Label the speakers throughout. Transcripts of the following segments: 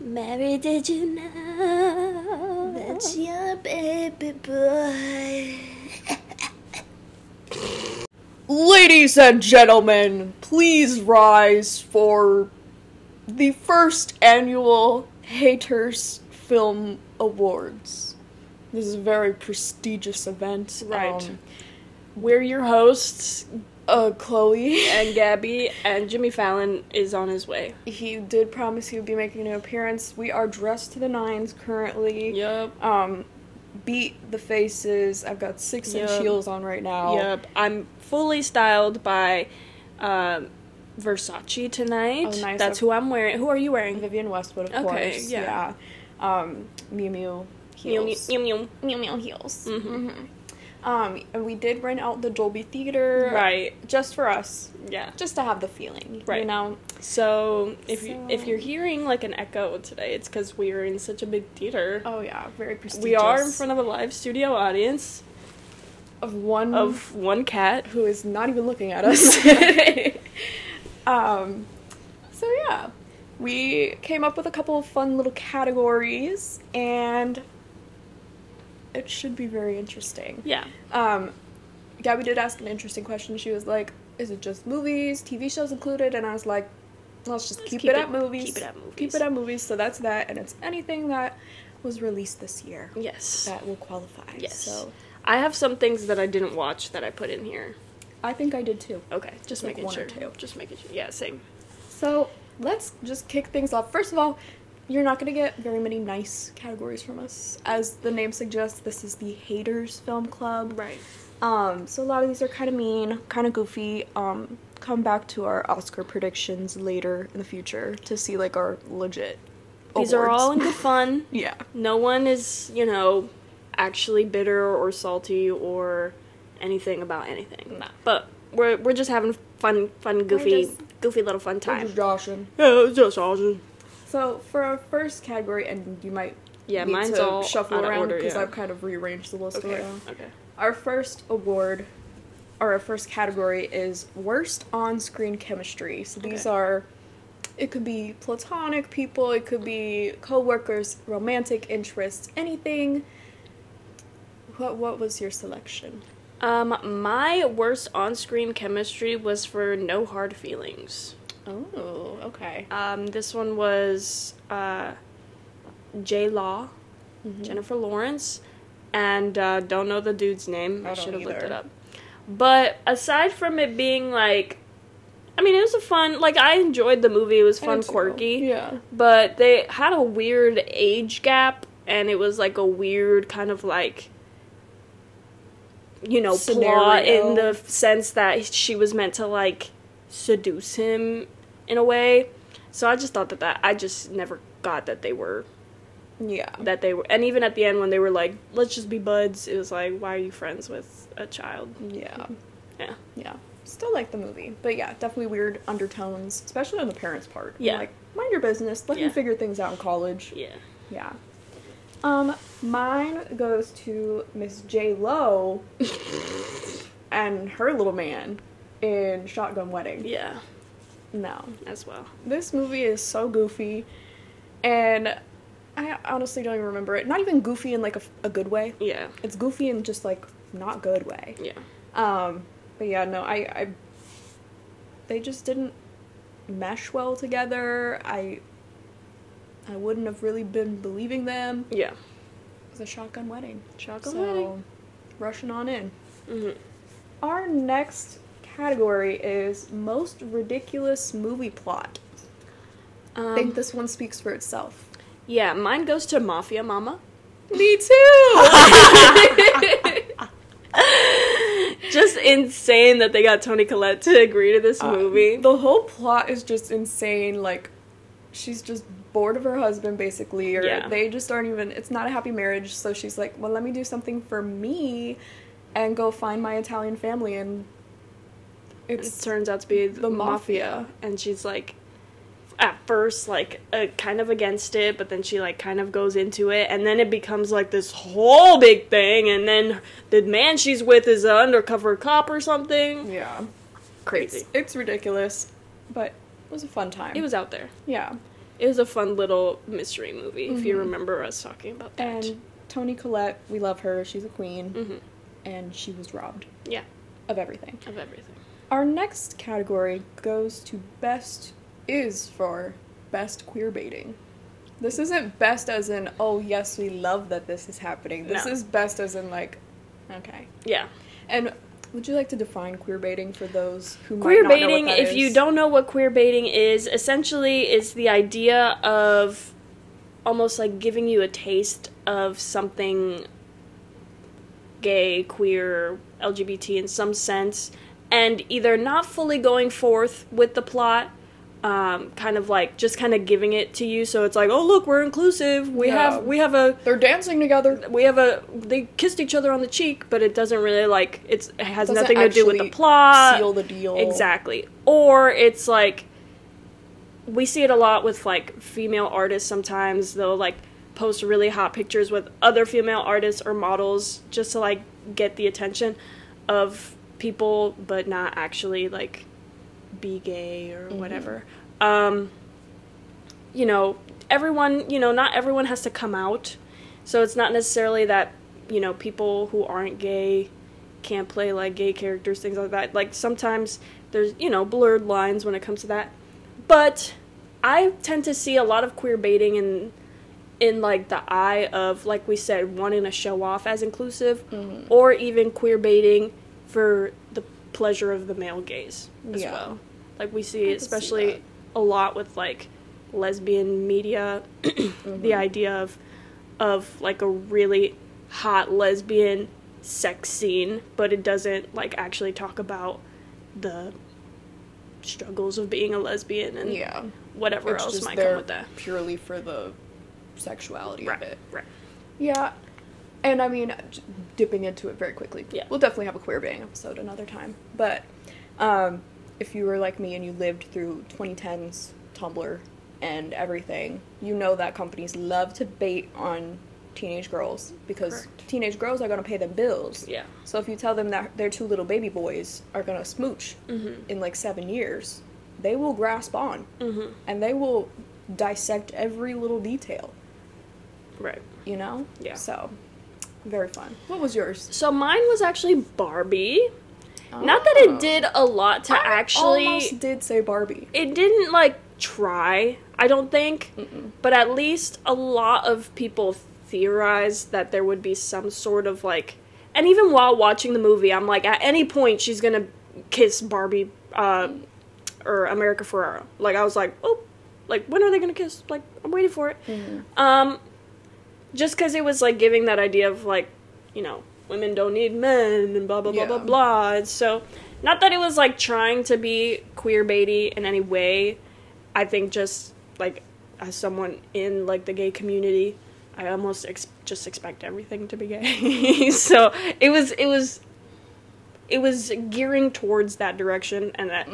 Speaker 1: Mary, did you know that's your baby boy?
Speaker 2: Ladies and gentlemen, please rise for the first annual Haters Film Awards. This is a very prestigious event. Um,
Speaker 3: Right.
Speaker 2: we're your hosts, uh, Chloe.
Speaker 3: and Gabby and Jimmy Fallon is on his way.
Speaker 2: He did promise he would be making an appearance. We are dressed to the nines currently.
Speaker 3: Yep.
Speaker 2: Um, beat the faces. I've got six inch
Speaker 3: Yup.
Speaker 2: heels on right now.
Speaker 3: Yep. I'm fully styled by um, Versace tonight.
Speaker 2: Oh, nice.
Speaker 3: That's who I'm wearing. Who are you wearing?
Speaker 2: Vivian Westwood, of
Speaker 3: Okay,
Speaker 2: course.
Speaker 3: yeah.
Speaker 2: yeah. Um, Mew Mew
Speaker 3: Meow, meow,
Speaker 2: heels.
Speaker 3: meow, meow.
Speaker 2: Meow Meow heels.
Speaker 3: Mhm.
Speaker 2: Mhm. Um, and we did rent out the Dolby Theater.
Speaker 3: Right.
Speaker 2: Just for us.
Speaker 3: Yeah.
Speaker 2: Just to have the feeling. You
Speaker 3: Right.
Speaker 2: know?
Speaker 3: So if you if
Speaker 2: So-
Speaker 3: you're hearing like an echo today, it's because we are in such a big theater.
Speaker 2: Oh, yeah. Very prestigious.
Speaker 3: we are in front of a live studio audience
Speaker 2: of one
Speaker 3: of one cat.
Speaker 2: who is not even looking at us. um, so yeah, we came up with a couple of fun little categories, and it should be very interesting.
Speaker 3: Yeah.
Speaker 2: Um, Gabby did ask an interesting question. She was like, "Is it just movies, TV shows included?" And I was like, "Let's just
Speaker 3: Let's
Speaker 2: keep,
Speaker 3: keep
Speaker 2: it
Speaker 3: it-
Speaker 2: at movies.
Speaker 3: keep it at movies.
Speaker 2: Keep it at movies." So that's that, and it's anything that was released this year
Speaker 3: Yes.
Speaker 2: that will qualify.
Speaker 3: Yes.
Speaker 2: So
Speaker 3: I have some things that I didn't watch that I put in here.
Speaker 2: I think I did too.
Speaker 3: Okay, just
Speaker 2: Like
Speaker 3: making
Speaker 2: one
Speaker 3: sure.
Speaker 2: or two.
Speaker 3: Just making sure. Yeah, same.
Speaker 2: So let's just kick things off. First of all, you're not gonna get very many nice categories from us. As the name suggests, this is the Haters Film Club.
Speaker 3: Right.
Speaker 2: Um, so a lot of these are kind of mean, kind of goofy. Um, come back to our Oscar predictions later in the future to see like our legit. Oh,
Speaker 3: These are all in
Speaker 2: awards.
Speaker 3: good fun.
Speaker 2: yeah.
Speaker 3: No one is, you know, actually bitter or salty or anything about anything.
Speaker 2: No.
Speaker 3: But we're we're just having fun, fun, goofy,
Speaker 2: just-
Speaker 3: goofy little fun time.
Speaker 2: Joshing.
Speaker 3: Yeah, it's just awesome.
Speaker 2: So for our first category, and you might
Speaker 3: Yeah,
Speaker 2: need
Speaker 3: mine's
Speaker 2: to
Speaker 3: all
Speaker 2: shuffle
Speaker 3: out of
Speaker 2: around
Speaker 3: order, yeah.
Speaker 2: I've kind of rearranged the list
Speaker 3: Okay.
Speaker 2: around.
Speaker 3: Okay.
Speaker 2: Our first award, or our first category, is worst on screen chemistry. So these
Speaker 3: Okay.
Speaker 2: are, it could be platonic people, it could be co workers, romantic interests, anything. What, what was your selection?
Speaker 3: Um, my worst on-screen chemistry was for No Hard Feelings.
Speaker 2: Oh, okay.
Speaker 3: Um, this one was uh, J Law,
Speaker 2: Mm-hmm.
Speaker 3: Jennifer Lawrence, and uh, don't know the dude's name.
Speaker 2: I
Speaker 3: I,
Speaker 2: don't
Speaker 3: should have looked
Speaker 2: either.
Speaker 3: it up. But aside from it being like, I mean, it was a fun. Like I enjoyed the movie. It was fun, quirky.
Speaker 2: Yeah.
Speaker 3: But they had a weird age gap, and it was like a weird kind of like. You know, flaw
Speaker 2: Scenario.
Speaker 3: in the f- sense that she was meant to like seduce him in a way. So I just thought that that I just never got that they were
Speaker 2: Yeah.
Speaker 3: that they were, and even at the end when they were like, "Let's just be buds," it was like, "Why are you friends with a child?"
Speaker 2: Yeah.
Speaker 3: Mm-hmm. Yeah,
Speaker 2: Yeah. Still like the movie. But yeah, definitely weird undertones, especially on the parents' part.
Speaker 3: Yeah.
Speaker 2: Like, mind your business, let
Speaker 3: Yeah.
Speaker 2: him figure things out in college.
Speaker 3: yeah,
Speaker 2: Yeah. Um, mine goes to Miss J Lo and her little man in Shotgun Wedding.
Speaker 3: yeah,
Speaker 2: No,
Speaker 3: as well.
Speaker 2: this movie is so goofy, and I honestly don't even remember it. Not even goofy in like a, a good way.
Speaker 3: Yeah,
Speaker 2: It's goofy in just like not good way.
Speaker 3: yeah,
Speaker 2: Um, but yeah, no, I, I, they just didn't mesh well together. I, I wouldn't have really been believing them.
Speaker 3: yeah.
Speaker 2: It was a shotgun wedding.
Speaker 3: Shotgun
Speaker 2: So,
Speaker 3: wedding.
Speaker 2: rushing on in.
Speaker 3: Mhm.
Speaker 2: Our next category is most ridiculous movie plot. I think
Speaker 3: Um,
Speaker 2: this one speaks for itself.
Speaker 3: yeah, mine goes to Mafia Mama.
Speaker 2: Me too.
Speaker 3: Just insane that they got Tony Collette to agree to this
Speaker 2: Uh,
Speaker 3: movie.
Speaker 2: The whole plot is just insane. Like, she's just bored of her husband, basically, or
Speaker 3: Yeah.
Speaker 2: they just aren't even. It's not a happy marriage. So she's like, well, let me do something for me, and go find my Italian family, and
Speaker 3: it
Speaker 2: it's
Speaker 3: turns out to be
Speaker 2: the mafia.
Speaker 3: and she's like at first like uh, kind of against it but then she like kind of goes into it and then it becomes like this whole big thing and then the man she's with is an undercover cop or something
Speaker 2: yeah.
Speaker 3: crazy
Speaker 2: It's, it's ridiculous, but it was a fun time.
Speaker 3: it was out there
Speaker 2: yeah.
Speaker 3: It was a fun little mystery movie, if you remember us talking about that.
Speaker 2: Mm-hmm. And Tony Collette, we love her. She's a queen,
Speaker 3: hmm
Speaker 2: and she was robbed
Speaker 3: Yeah,
Speaker 2: of everything.
Speaker 3: of everything.
Speaker 2: Our next category goes to best is for best queer baiting. This isn't best as in oh yes we love that this is happening. This
Speaker 3: No.
Speaker 2: is best as in like okay.
Speaker 3: Yeah.
Speaker 2: And would you like to define queer baiting for those who
Speaker 3: queer
Speaker 2: might not know what
Speaker 3: baiting
Speaker 2: that
Speaker 3: if you
Speaker 2: is?
Speaker 3: don't know what queer baiting is essentially it's the idea of almost like giving you a taste of something gay queer lgbt in some sense and either not fully going forth with the plot um, kind of like just kind of giving it to you so it's like oh look we're inclusive we
Speaker 2: Yeah.
Speaker 3: have we have a
Speaker 2: They're dancing together.
Speaker 3: we have a they kissed each other on the cheek but it doesn't really like it's it has
Speaker 2: Doesn't
Speaker 3: nothing to do with the
Speaker 2: actually
Speaker 3: plot
Speaker 2: seal the deal.
Speaker 3: Exactly. Or it's like we see it a lot with like female artists sometimes they'll like post really hot pictures with other female artists or models just to like get the attention of people but not actually like be gay or whatever. Um you know, everyone, you know, not everyone has to come out. So it's not necessarily that, you know, people who aren't gay can't play like gay characters, things like that. Like sometimes there's, you know, blurred lines when it comes to that. But I tend to see a lot of queer baiting in in like the eye of like we said wanting to show off as inclusive or even queer baiting for the pleasure of the male gaze as
Speaker 2: Yeah.
Speaker 3: well. Like we
Speaker 2: I
Speaker 3: see
Speaker 2: could see
Speaker 3: especially
Speaker 2: that.
Speaker 3: a lot with like lesbian media
Speaker 2: Mm-hmm.
Speaker 3: the idea of of like a really hot lesbian sex scene but it doesn't like actually talk about the struggles of being a lesbian and
Speaker 2: Yeah.
Speaker 3: whatever
Speaker 2: It's
Speaker 3: else
Speaker 2: just
Speaker 3: might
Speaker 2: there
Speaker 3: come with that
Speaker 2: purely for the sexuality of it.
Speaker 3: right
Speaker 2: Yeah. And I mean, j- dipping into it very quickly.
Speaker 3: Yeah.
Speaker 2: We'll definitely have a queer bang episode another time. But um, if you were like me and you lived through 2010s Tumblr and everything, you know that companies love to bait on teenage girls because
Speaker 3: Correct.
Speaker 2: teenage girls are going to pay them bills.
Speaker 3: yeah
Speaker 2: So if you tell them that their two little baby boys are going to smooch
Speaker 3: mm-hmm
Speaker 2: in like seven years, they will grasp on
Speaker 3: mm-hmm
Speaker 2: and they will dissect every little detail,
Speaker 3: right
Speaker 2: you know?
Speaker 3: Yeah.
Speaker 2: So, very fun. What was yours?
Speaker 3: so mine was actually barbie not that it did a lot to
Speaker 2: Uh, Oh. I
Speaker 3: actually
Speaker 2: almost did say Barbie.
Speaker 3: it didn't like try i don't think
Speaker 2: Mm-mm.
Speaker 3: but at least a lot of people theorized that there would be some sort of like and even while watching the movie i'm like at any point she's gonna kiss barbie uh, or america ferrera like i was like oh like when are they gonna kiss like i'm waiting for it um just because it was like giving that idea of like you know women don't need men and blah blah blah blah
Speaker 2: Yeah.
Speaker 3: blah And so not that it was like trying to be queer baity in any way i think just like as someone in like the gay community i almost ex- just expect everything to be gay so it was it was it was gearing towards that direction and that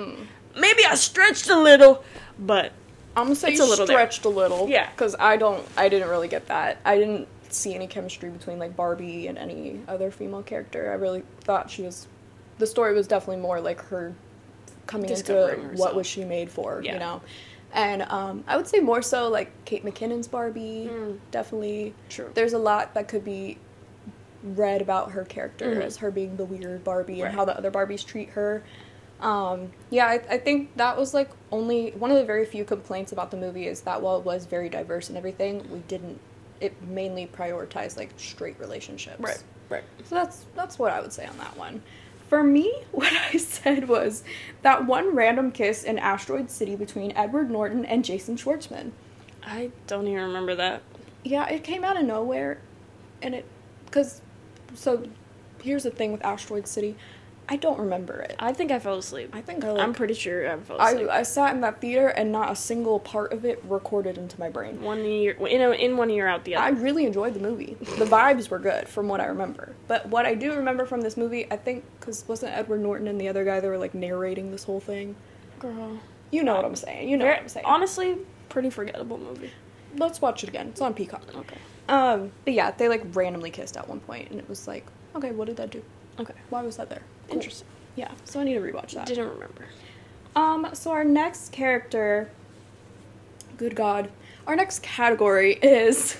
Speaker 3: maybe i stretched a little but
Speaker 2: I'm gonna say
Speaker 3: It's a little there.
Speaker 2: stretched a little.
Speaker 3: Yeah.
Speaker 2: Because I don't, I didn't really get that. I didn't see any chemistry between like Barbie and any other female character. I really thought she was, the story was definitely more like her coming into
Speaker 3: Discovering
Speaker 2: what
Speaker 3: herself.
Speaker 2: was she made for,
Speaker 3: Yeah.
Speaker 2: you know? And um, I would say more so like Kate McKinnon's Barbie,
Speaker 3: Mm.
Speaker 2: definitely.
Speaker 3: true
Speaker 2: There's a lot that could be read about her character
Speaker 3: Mhm.
Speaker 2: as her being the weird Barbie
Speaker 3: Right.
Speaker 2: and how the other Barbies treat her. Um, yeah, I, I think that was like only one of the very few complaints about the movie is that while it was very diverse and everything, we didn't. It mainly prioritized like straight relationships.
Speaker 3: right right
Speaker 2: So that's that's what I would say on that one. For me, what I said was that one random kiss in Asteroid City between Edward Norton and Jason Schwartzman.
Speaker 3: I don't even remember that.
Speaker 2: Yeah, it came out of nowhere, and it because so here's the thing with Asteroid City, I don't remember it.
Speaker 3: I think I fell asleep.
Speaker 2: I think I
Speaker 3: I'm
Speaker 2: like,
Speaker 3: pretty sure I fell
Speaker 2: I,
Speaker 3: asleep.
Speaker 2: I sat in that theater and not a single part of it recorded into my brain.
Speaker 3: one year in, a, in one year out the
Speaker 2: I
Speaker 3: other.
Speaker 2: really enjoyed the movie. The vibes were good from what I remember. But what I do remember from this movie, I think, because wasn't Edward Norton and the other guy that were like narrating this whole thing?
Speaker 3: Girl,
Speaker 2: You know what I'm saying. You know what I'm saying.
Speaker 3: honestly, pretty forgettable movie.
Speaker 2: Let's watch it again. It's on Peacock.
Speaker 3: Okay,
Speaker 2: Um, but yeah, they like randomly kissed at one point, and it was like, okay, what did that do?
Speaker 3: okay,
Speaker 2: Why was that there? Cool.
Speaker 3: interesting.
Speaker 2: Yeah, so I need to rewatch that.
Speaker 3: Didn't remember.
Speaker 2: Um, so our next character Good God. Our next category is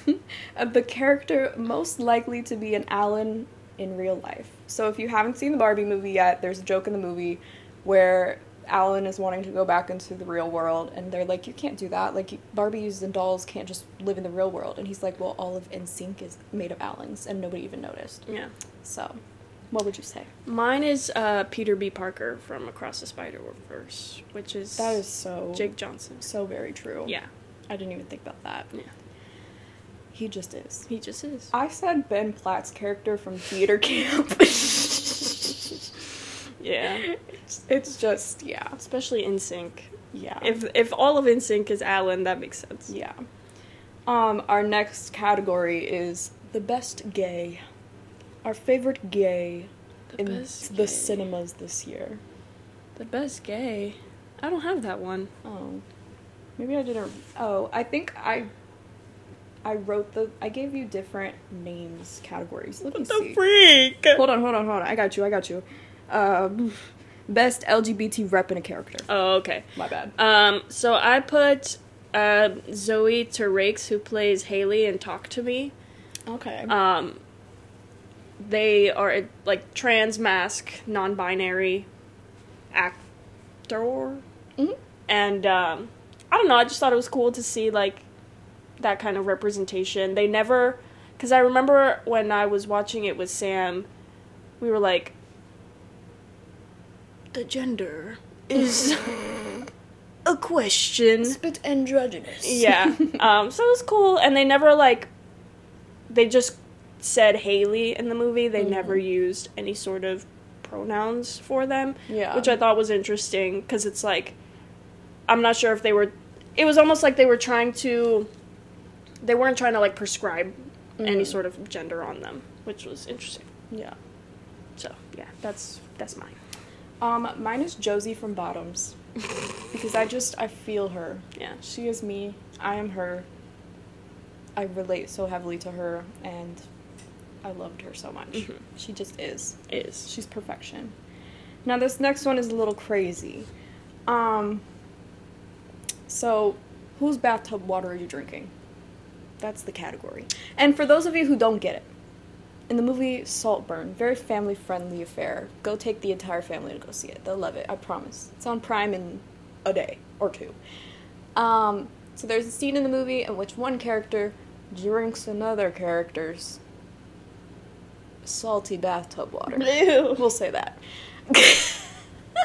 Speaker 2: the character most likely to be an Alan in real life. So if you haven't seen the Barbie movie yet, there's a joke in the movie where Alan is wanting to go back into the real world, and they're like, "You can't do that. Like you- Barbies and dolls can't just live in the real world." And he's like, "Well, all of NSYNC is made of Alans, and nobody even noticed."
Speaker 3: Yeah.
Speaker 2: So, what would you say?
Speaker 3: Mine is uh, Peter B. Parker from Across the Spider Verse, which is
Speaker 2: That is so
Speaker 3: Jake Johnson.
Speaker 2: so very true.
Speaker 3: Yeah,
Speaker 2: I didn't even think about that.
Speaker 3: yeah,
Speaker 2: He just is.
Speaker 3: he just is.
Speaker 2: I said Ben Platt's character from theater camp.
Speaker 3: Yeah,
Speaker 2: it's just yeah,
Speaker 3: especially in sync.
Speaker 2: yeah.
Speaker 3: If if all of in sync is Alan, that makes sense.
Speaker 2: Yeah. Um, our next category is the best gay. Our favorite gay
Speaker 3: The
Speaker 2: in
Speaker 3: best
Speaker 2: the
Speaker 3: gay.
Speaker 2: cinemas this year.
Speaker 3: The best gay. I don't have that one.
Speaker 2: Oh. Maybe I didn't Oh, I think I I wrote the I gave you different names categories. Let me see.
Speaker 3: freak?
Speaker 2: Hold on, hold on, hold on. I got you. I got you. Um best LGBT rep in a character.
Speaker 3: Oh, okay.
Speaker 2: My bad.
Speaker 3: Um, so I put uh, Zoe Turakes, who plays Haley in Talk to Me.
Speaker 2: Okay.
Speaker 3: Um, they are like trans mask, non-binary actor,
Speaker 2: Mhm.
Speaker 3: and um, I don't know. I just thought it was cool to see like that kind of representation. They never, because I remember when I was watching it with Sam, we were like, the gender is a question.
Speaker 1: bit androgynous.
Speaker 3: Yeah. um, so it was cool, and they never like. They just said Haley in the movie. They never used any sort of pronouns for them,
Speaker 2: yeah.
Speaker 3: which I thought was interesting because it's like, I'm not sure if they were. It was almost like they were trying to. They weren't trying to like prescribe any
Speaker 2: Mhm.
Speaker 3: sort of gender on them, which was interesting.
Speaker 2: yeah.
Speaker 3: So yeah, that's that's mine.
Speaker 2: Um, mine is Josie from Bottoms. because I just I feel her.
Speaker 3: Yeah.
Speaker 2: She is me. I am her. I relate so heavily to her and I loved her so much.
Speaker 3: Mhm.
Speaker 2: She just is.
Speaker 3: Is
Speaker 2: She's perfection. Now this next one is a little crazy. Um so whose bathtub water are you drinking? That's the category. And for those of you who don't get it, in the movie Saltburn, very family friendly affair. Go take the entire family to go see it. They'll love it, I promise. It's on Prime in a day or two. Um, so there's a scene in the movie in which one character drinks another character's salty bathtub water.
Speaker 3: blue.
Speaker 2: We'll say that.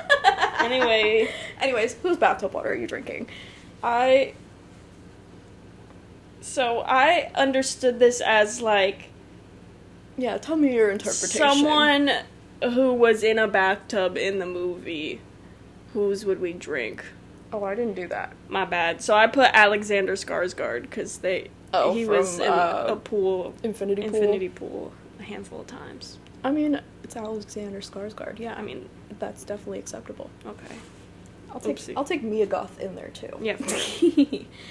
Speaker 3: anyway,
Speaker 2: Anyways, whose bathtub water are you drinking?
Speaker 3: I. So I understood this as like
Speaker 2: Yeah, tell me your interpretation.
Speaker 3: someone who was in a bathtub in the movie. Whose would we drink?
Speaker 2: Oh, I didn't do that.
Speaker 3: My bad. So I put Alexander Skarsgård because they
Speaker 2: Oh,
Speaker 3: he
Speaker 2: from,
Speaker 3: was in
Speaker 2: uh,
Speaker 3: a pool,
Speaker 2: Infinity Pool.
Speaker 3: infinity pool a handful of times.
Speaker 2: I mean, it's Alexander Skarsgård. Yeah,
Speaker 3: I mean,
Speaker 2: that's definitely acceptable.
Speaker 3: okay,
Speaker 2: I'll take
Speaker 3: Oopsie.
Speaker 2: I'll take Mia Goth in there too.
Speaker 3: Yeah.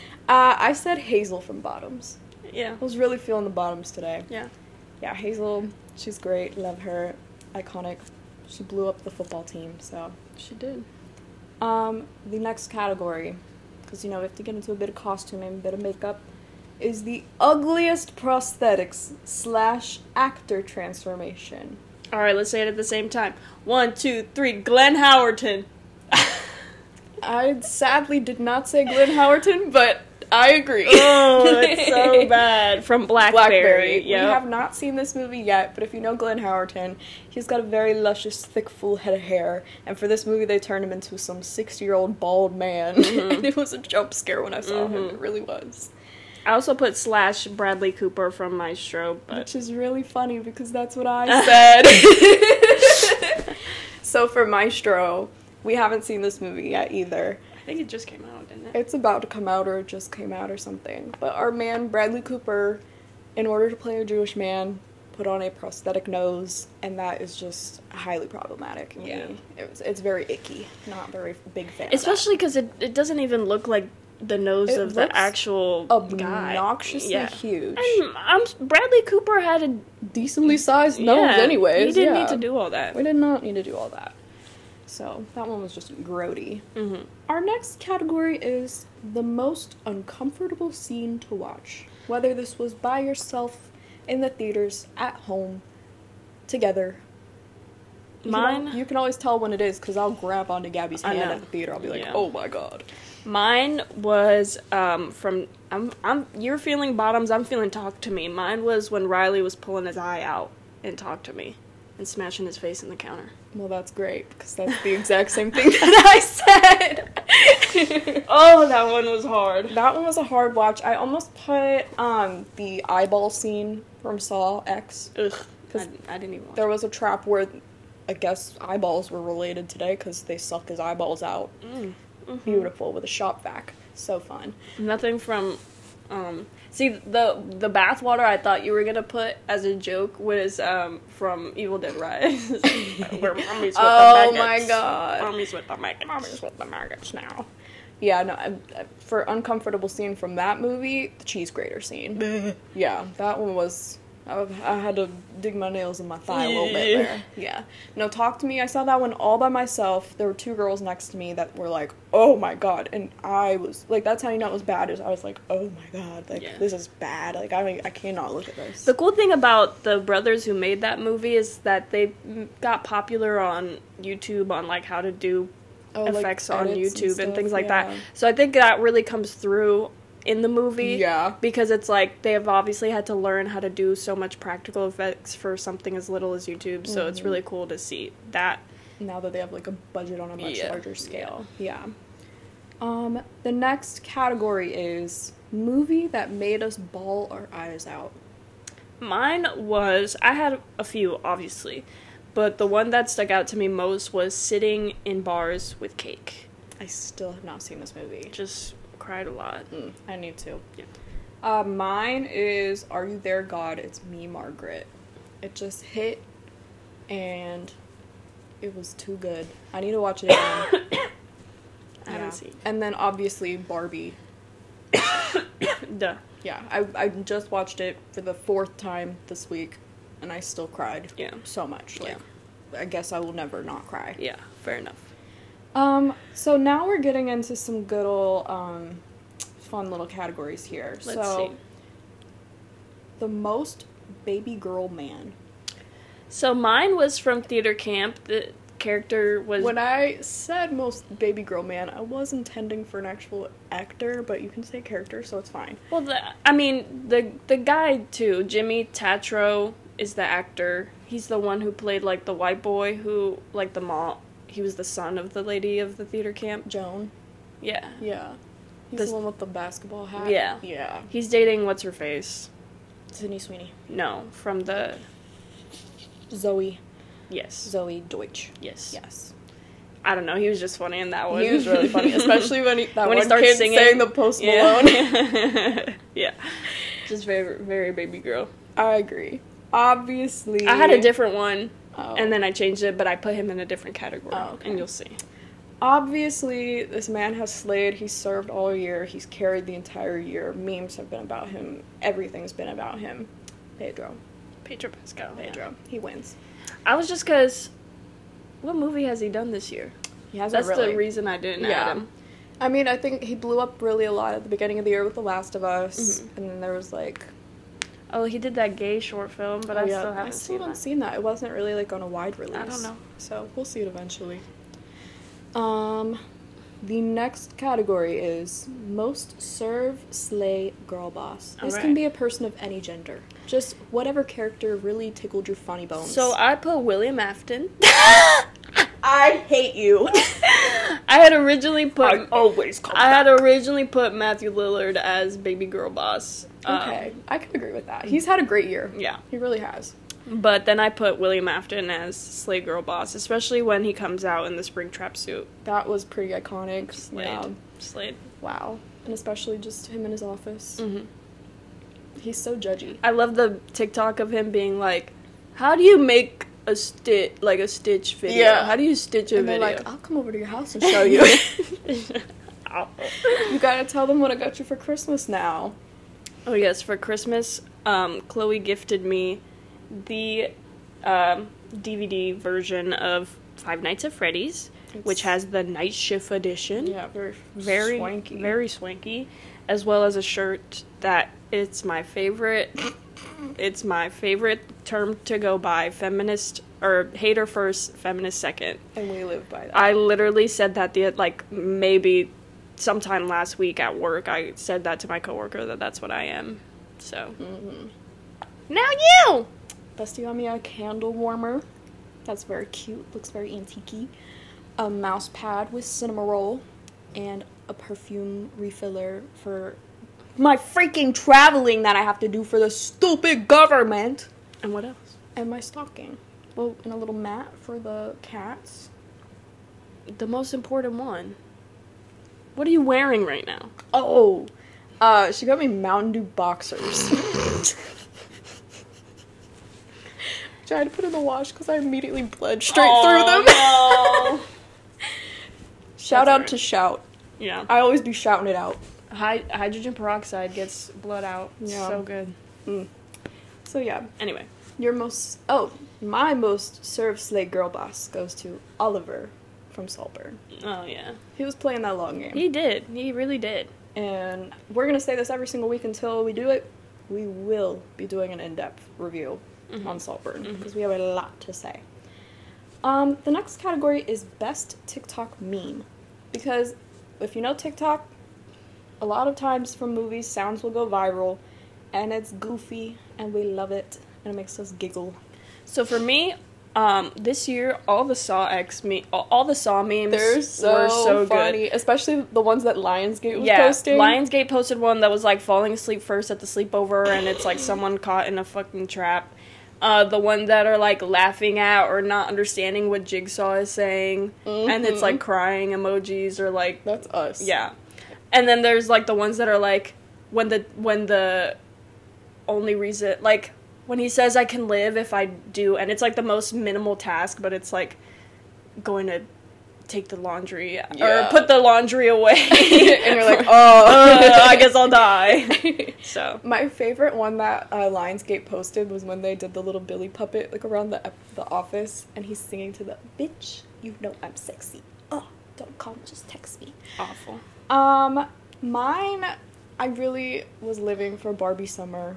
Speaker 2: uh, I said Hazel from Bottoms.
Speaker 3: yeah,
Speaker 2: I was really feeling the Bottoms today.
Speaker 3: yeah,
Speaker 2: Yeah, Hazel, she's great. Love her. Iconic. She blew up the football team. So,
Speaker 3: she did.
Speaker 2: um, the next category, because you know we have to get into a bit of costume and a bit of makeup, is the ugliest prosthetics slash actor transformation.
Speaker 3: All right, let's say it at the same time. One, two, three. Glenn Howerton.
Speaker 2: I sadly did not say Glenn Howerton, but I agree.
Speaker 3: oh, it's so bad. From Blackberry.
Speaker 2: Blackberry.
Speaker 3: yep.
Speaker 2: We have not seen this movie yet, but if you know Glenn Howerton, he's got a very luscious, thick, full head of hair. And for this movie, they turned him into some 60 year old bald man.
Speaker 3: Mm-hmm.
Speaker 2: and it was a jump scare when I saw him. It really was.
Speaker 3: I also put slash Bradley Cooper from Maestro, but
Speaker 2: Which is really funny because that's what I said. so for Maestro, we haven't seen this movie yet either.
Speaker 3: I think it just came out, didn't it?
Speaker 2: It's about to come out or it just came out or something. But our man Bradley Cooper, in order to play a Jewish man, put on a prosthetic nose, and that is just highly problematic.
Speaker 3: Yeah.
Speaker 2: it was, it's very icky. Not very big fan. of
Speaker 3: Especially because it, it doesn't even look like the nose
Speaker 2: It
Speaker 3: of the
Speaker 2: looks
Speaker 3: actual
Speaker 2: that.
Speaker 3: guy.
Speaker 2: obnoxiously
Speaker 3: Yeah.
Speaker 2: huge,
Speaker 3: And um, Bradley Cooper had a
Speaker 2: decently sized nose.
Speaker 3: yeah,
Speaker 2: anyways,
Speaker 3: He didn't
Speaker 2: yeah.
Speaker 3: need to do all that.
Speaker 2: We did not need to do all that. So that one was just grody.
Speaker 3: Mm-hmm.
Speaker 2: Our next category is the most uncomfortable scene to watch. Whether this was by yourself, in the theaters, at home, together. You can al-
Speaker 3: Mine-
Speaker 2: you can always tell when it is because I'll grab onto Gabby's
Speaker 3: I
Speaker 2: hand
Speaker 3: know.
Speaker 2: at the theater. I'll be like,
Speaker 3: Yeah.
Speaker 2: "Oh my god!"
Speaker 3: Mine was um, from I'm I'm you're feeling bottoms. I'm feeling talk to me. Mine was when Riley was pulling his eye out and talk to me and smashing his face in the counter.
Speaker 2: Well, that's great because that's the exact same thing that I said.
Speaker 3: Oh, that one was hard.
Speaker 2: that one was a hard watch. I almost put um, the eyeball scene from Saw X
Speaker 3: Ugh, I,
Speaker 2: 'Cause
Speaker 3: I didn't even. Watch
Speaker 2: There was a trap where I guess eyeballs were related today because they suck his eyeballs out. Beautiful with a shop vac. So fun.
Speaker 3: Nothing from. Um, see the the bathwater I thought you were gonna put as a joke was um, from Evil Dead Rise. Where mommy's with
Speaker 2: Oh
Speaker 3: the maggots.
Speaker 2: my God.
Speaker 3: Mommy's with the maggots.
Speaker 2: Mommy's with the maggots now. Yeah, no, I, I, for uncomfortable scene from that movie, the cheese grater scene. yeah, that one was. I, I had to dig my nails in my thigh a little bit there. Yeah. No, talk to me. I saw that one all by myself. There were two girls next to me that were like, "Oh my god," and I was like, "That's how you know it was bad." Is I was like, "Oh my god, like
Speaker 3: Yeah.
Speaker 2: this is bad. Like I I cannot look at this."
Speaker 3: The cool thing about the brothers who made that movie is that they mm, got popular on YouTube on like how to do
Speaker 2: Oh, like,
Speaker 3: effects on
Speaker 2: edits
Speaker 3: YouTube and,
Speaker 2: stuff,
Speaker 3: things like
Speaker 2: yeah.
Speaker 3: that. So I think that really comes through in the movie.
Speaker 2: Yeah.
Speaker 3: Because it's like they have obviously had to learn how to do so much practical effects for something as little as YouTube. So it's
Speaker 2: Mm-hmm.
Speaker 3: really cool to see that.
Speaker 2: now that they have like a budget on a much
Speaker 3: Yeah.
Speaker 2: larger scale. Yeah. Um, the next category is movie that made us ball our eyes out.
Speaker 3: Mine was I had a few obviously, but the one that stuck out to me most was sitting in bars with cake.
Speaker 2: I still have not seen this movie.
Speaker 3: Just cried a lot.
Speaker 2: Mm, I need to.
Speaker 3: Hmm. Yeah.
Speaker 2: Uh, mine is Are You There, God? It's Me, Margaret. It just hit and it was too good. I need to watch it again.
Speaker 3: I
Speaker 2: Yeah.
Speaker 3: haven't seen.
Speaker 2: And then obviously Barbie.
Speaker 3: Duh.
Speaker 2: Yeah, I, I just watched it for the fourth time this week, and I still cried.
Speaker 3: Yeah.
Speaker 2: so much. Like, I guess I will never not cry.
Speaker 3: Yeah, fair enough.
Speaker 2: Um, so now we're getting into some good old, um, fun little categories here.
Speaker 3: Let's
Speaker 2: so,
Speaker 3: see.
Speaker 2: the most baby girl man.
Speaker 3: So mine was from theater camp. The character was
Speaker 2: When I said most baby girl man, I was intending for an actual actor, but you can say character, so it's fine.
Speaker 3: well. The, I mean, the the guy too, Jimmy Tatro, is the actor. He's the one who played like the white boy who like the mall. He was the son of the lady of the theater camp.
Speaker 2: Joan.
Speaker 3: Yeah,
Speaker 2: Yeah. He's
Speaker 3: This-
Speaker 2: the one with the basketball hat.
Speaker 3: Yeah.
Speaker 2: Yeah.
Speaker 3: he's dating what's her face.
Speaker 2: Sydney Sweeney.
Speaker 3: No, from the
Speaker 2: Zoe.
Speaker 3: yes,
Speaker 2: Zoe Deutsch.
Speaker 3: yes.
Speaker 2: Yes.
Speaker 3: I don't know. He was just funny in that one.
Speaker 2: He was Oh, really funny, especially when he, that
Speaker 3: When he
Speaker 2: one
Speaker 3: starts
Speaker 2: kid
Speaker 3: singing.
Speaker 2: sang the Post
Speaker 3: Yeah.
Speaker 2: Malone.
Speaker 3: yeah, just very very baby girl.
Speaker 2: I agree. Obviously,
Speaker 3: I had a different one,
Speaker 2: Oh.
Speaker 3: and then I changed it, but I put him in a different category,
Speaker 2: Oh, okay.
Speaker 3: and you'll see.
Speaker 2: Obviously, this man has slayed. He's served all year. He's carried the entire year. Memes have been about him. Everything's been about him. Pedro.
Speaker 3: Pedro Pascal. Oh, yeah.
Speaker 2: Pedro. He wins.
Speaker 3: I was just because, what movie has he done this year?
Speaker 2: He hasn't
Speaker 3: That's
Speaker 2: really.
Speaker 3: the reason I didn't
Speaker 2: Yeah.
Speaker 3: add him.
Speaker 2: I mean, I think he blew up really a lot at the beginning of the year with The Last of Us,
Speaker 3: Mm-hmm.
Speaker 2: and then there was like
Speaker 3: Oh, he did that gay short film, but I
Speaker 2: Oh, yeah.
Speaker 3: still haven't
Speaker 2: I still
Speaker 3: seen
Speaker 2: haven't
Speaker 3: that.
Speaker 2: seen that. It wasn't really like on a wide release.
Speaker 3: know.
Speaker 2: So we'll see it eventually. Um, the next category is most serve, slay, girl boss. This can
Speaker 3: Alright.
Speaker 2: be a person of any gender. Just whatever character really tickled your funny bones.
Speaker 3: So I put William Afton.
Speaker 2: I hate you.
Speaker 3: I had originally put
Speaker 2: I always call.
Speaker 3: I
Speaker 2: Oh,
Speaker 3: had
Speaker 2: back.
Speaker 3: originally put Matthew Lillard as baby girl boss. Um,
Speaker 2: Okay, I can agree with that. He's had a great year.
Speaker 3: Yeah.
Speaker 2: He really has.
Speaker 3: But then I put William Afton as Slay Girl Boss, especially when he comes out in the spring trap suit.
Speaker 2: That was pretty iconic.
Speaker 3: Slade.
Speaker 2: Yeah.
Speaker 3: Slade.
Speaker 2: Wow. Mm-hmm. And especially just him in his office.
Speaker 3: Mhm.
Speaker 2: He's so judgy.
Speaker 3: I love the TikTok of him being like, "How do you make a stitch like a stitch video?
Speaker 2: Yeah.
Speaker 3: How do you stitch a
Speaker 2: and they're
Speaker 3: video?"
Speaker 2: like, "Oh." I'll come over to your house and show you. you gotta tell them what I got you for Christmas now.
Speaker 3: oh yes, for Christmas, um, Chloe gifted me the um, DVD version of Five Nights at Freddy's. which has the night shift edition.
Speaker 2: Yeah, very
Speaker 3: Very
Speaker 2: swanky.
Speaker 3: very swanky, as well as a shirt that it's my favorite. it's my favorite term to go by: feminist or hater first, feminist second.
Speaker 2: and we live by that.
Speaker 3: I literally said that the like maybe sometime last week at work. I said that to my coworker that that's what I am. So Mm-hmm. now you.
Speaker 2: Bestie got me a candle warmer. That's very cute. Looks very antique A mouse pad with cinema roll and a perfume refiller for my freaking traveling that I have to do for the stupid government.
Speaker 3: And what else?
Speaker 2: And my stocking. Well, and a little mat for the cats.
Speaker 3: The most important one. What are you wearing right now?
Speaker 2: Oh, uh, she got me Mountain Dew boxers. Which I had to put in the wash because I immediately bled straight through them. Oh, Shout
Speaker 3: That's
Speaker 2: out
Speaker 3: alright.
Speaker 2: to Shout.
Speaker 3: yeah.
Speaker 2: I always be shouting it out.
Speaker 3: Hy- hydrogen peroxide gets blood out.
Speaker 2: Yeah.
Speaker 3: So good.
Speaker 2: Mm. So yeah,
Speaker 3: Anyway.
Speaker 2: your most oh my most serve slay girl boss goes to Oliver from Saltburn.
Speaker 3: Oh yeah.
Speaker 2: He was playing that long game,
Speaker 3: He did. He really did.
Speaker 2: and we're gonna say this every single week until we do it. We will be doing an in-depth review
Speaker 3: Mm-hmm.
Speaker 2: on Saltburn because we have a lot to say. Um, the next category is best TikTok meme, because if you know TikTok, a lot of times from movies sounds will go viral, and it's goofy and we love it and it makes us giggle.
Speaker 3: So for me, um, this year all the Saw X me all, all the Saw memes
Speaker 2: They're so,
Speaker 3: were so
Speaker 2: funny,
Speaker 3: good.
Speaker 2: especially the ones that Lionsgate was
Speaker 3: Yeah,
Speaker 2: posting.
Speaker 3: Lionsgate posted one that was like falling asleep first at the sleepover, and it's like someone caught in a fucking trap. Uh, the one that are like laughing at or not understanding what Jigsaw is saying, and it's
Speaker 2: Mm-hmm.
Speaker 3: like crying emojis or like
Speaker 2: That's us.
Speaker 3: Yeah. And then there's like the ones that are like when the when the only reason like when he says I can live if I do and it's like the most minimal task but it's like going to take the laundry
Speaker 2: Yeah.
Speaker 3: or put the laundry away
Speaker 2: and you're like,
Speaker 3: Uh,
Speaker 2: oh.
Speaker 3: I guess I'll die. So
Speaker 2: My favorite one that uh, Lionsgate posted was when they did the little Billy puppet like around the the office, and he's singing to the bitch. You know I'm sexy. Oh, don't call, just text me.
Speaker 3: awful.
Speaker 2: Um, mine, I really was living for Barbie summer.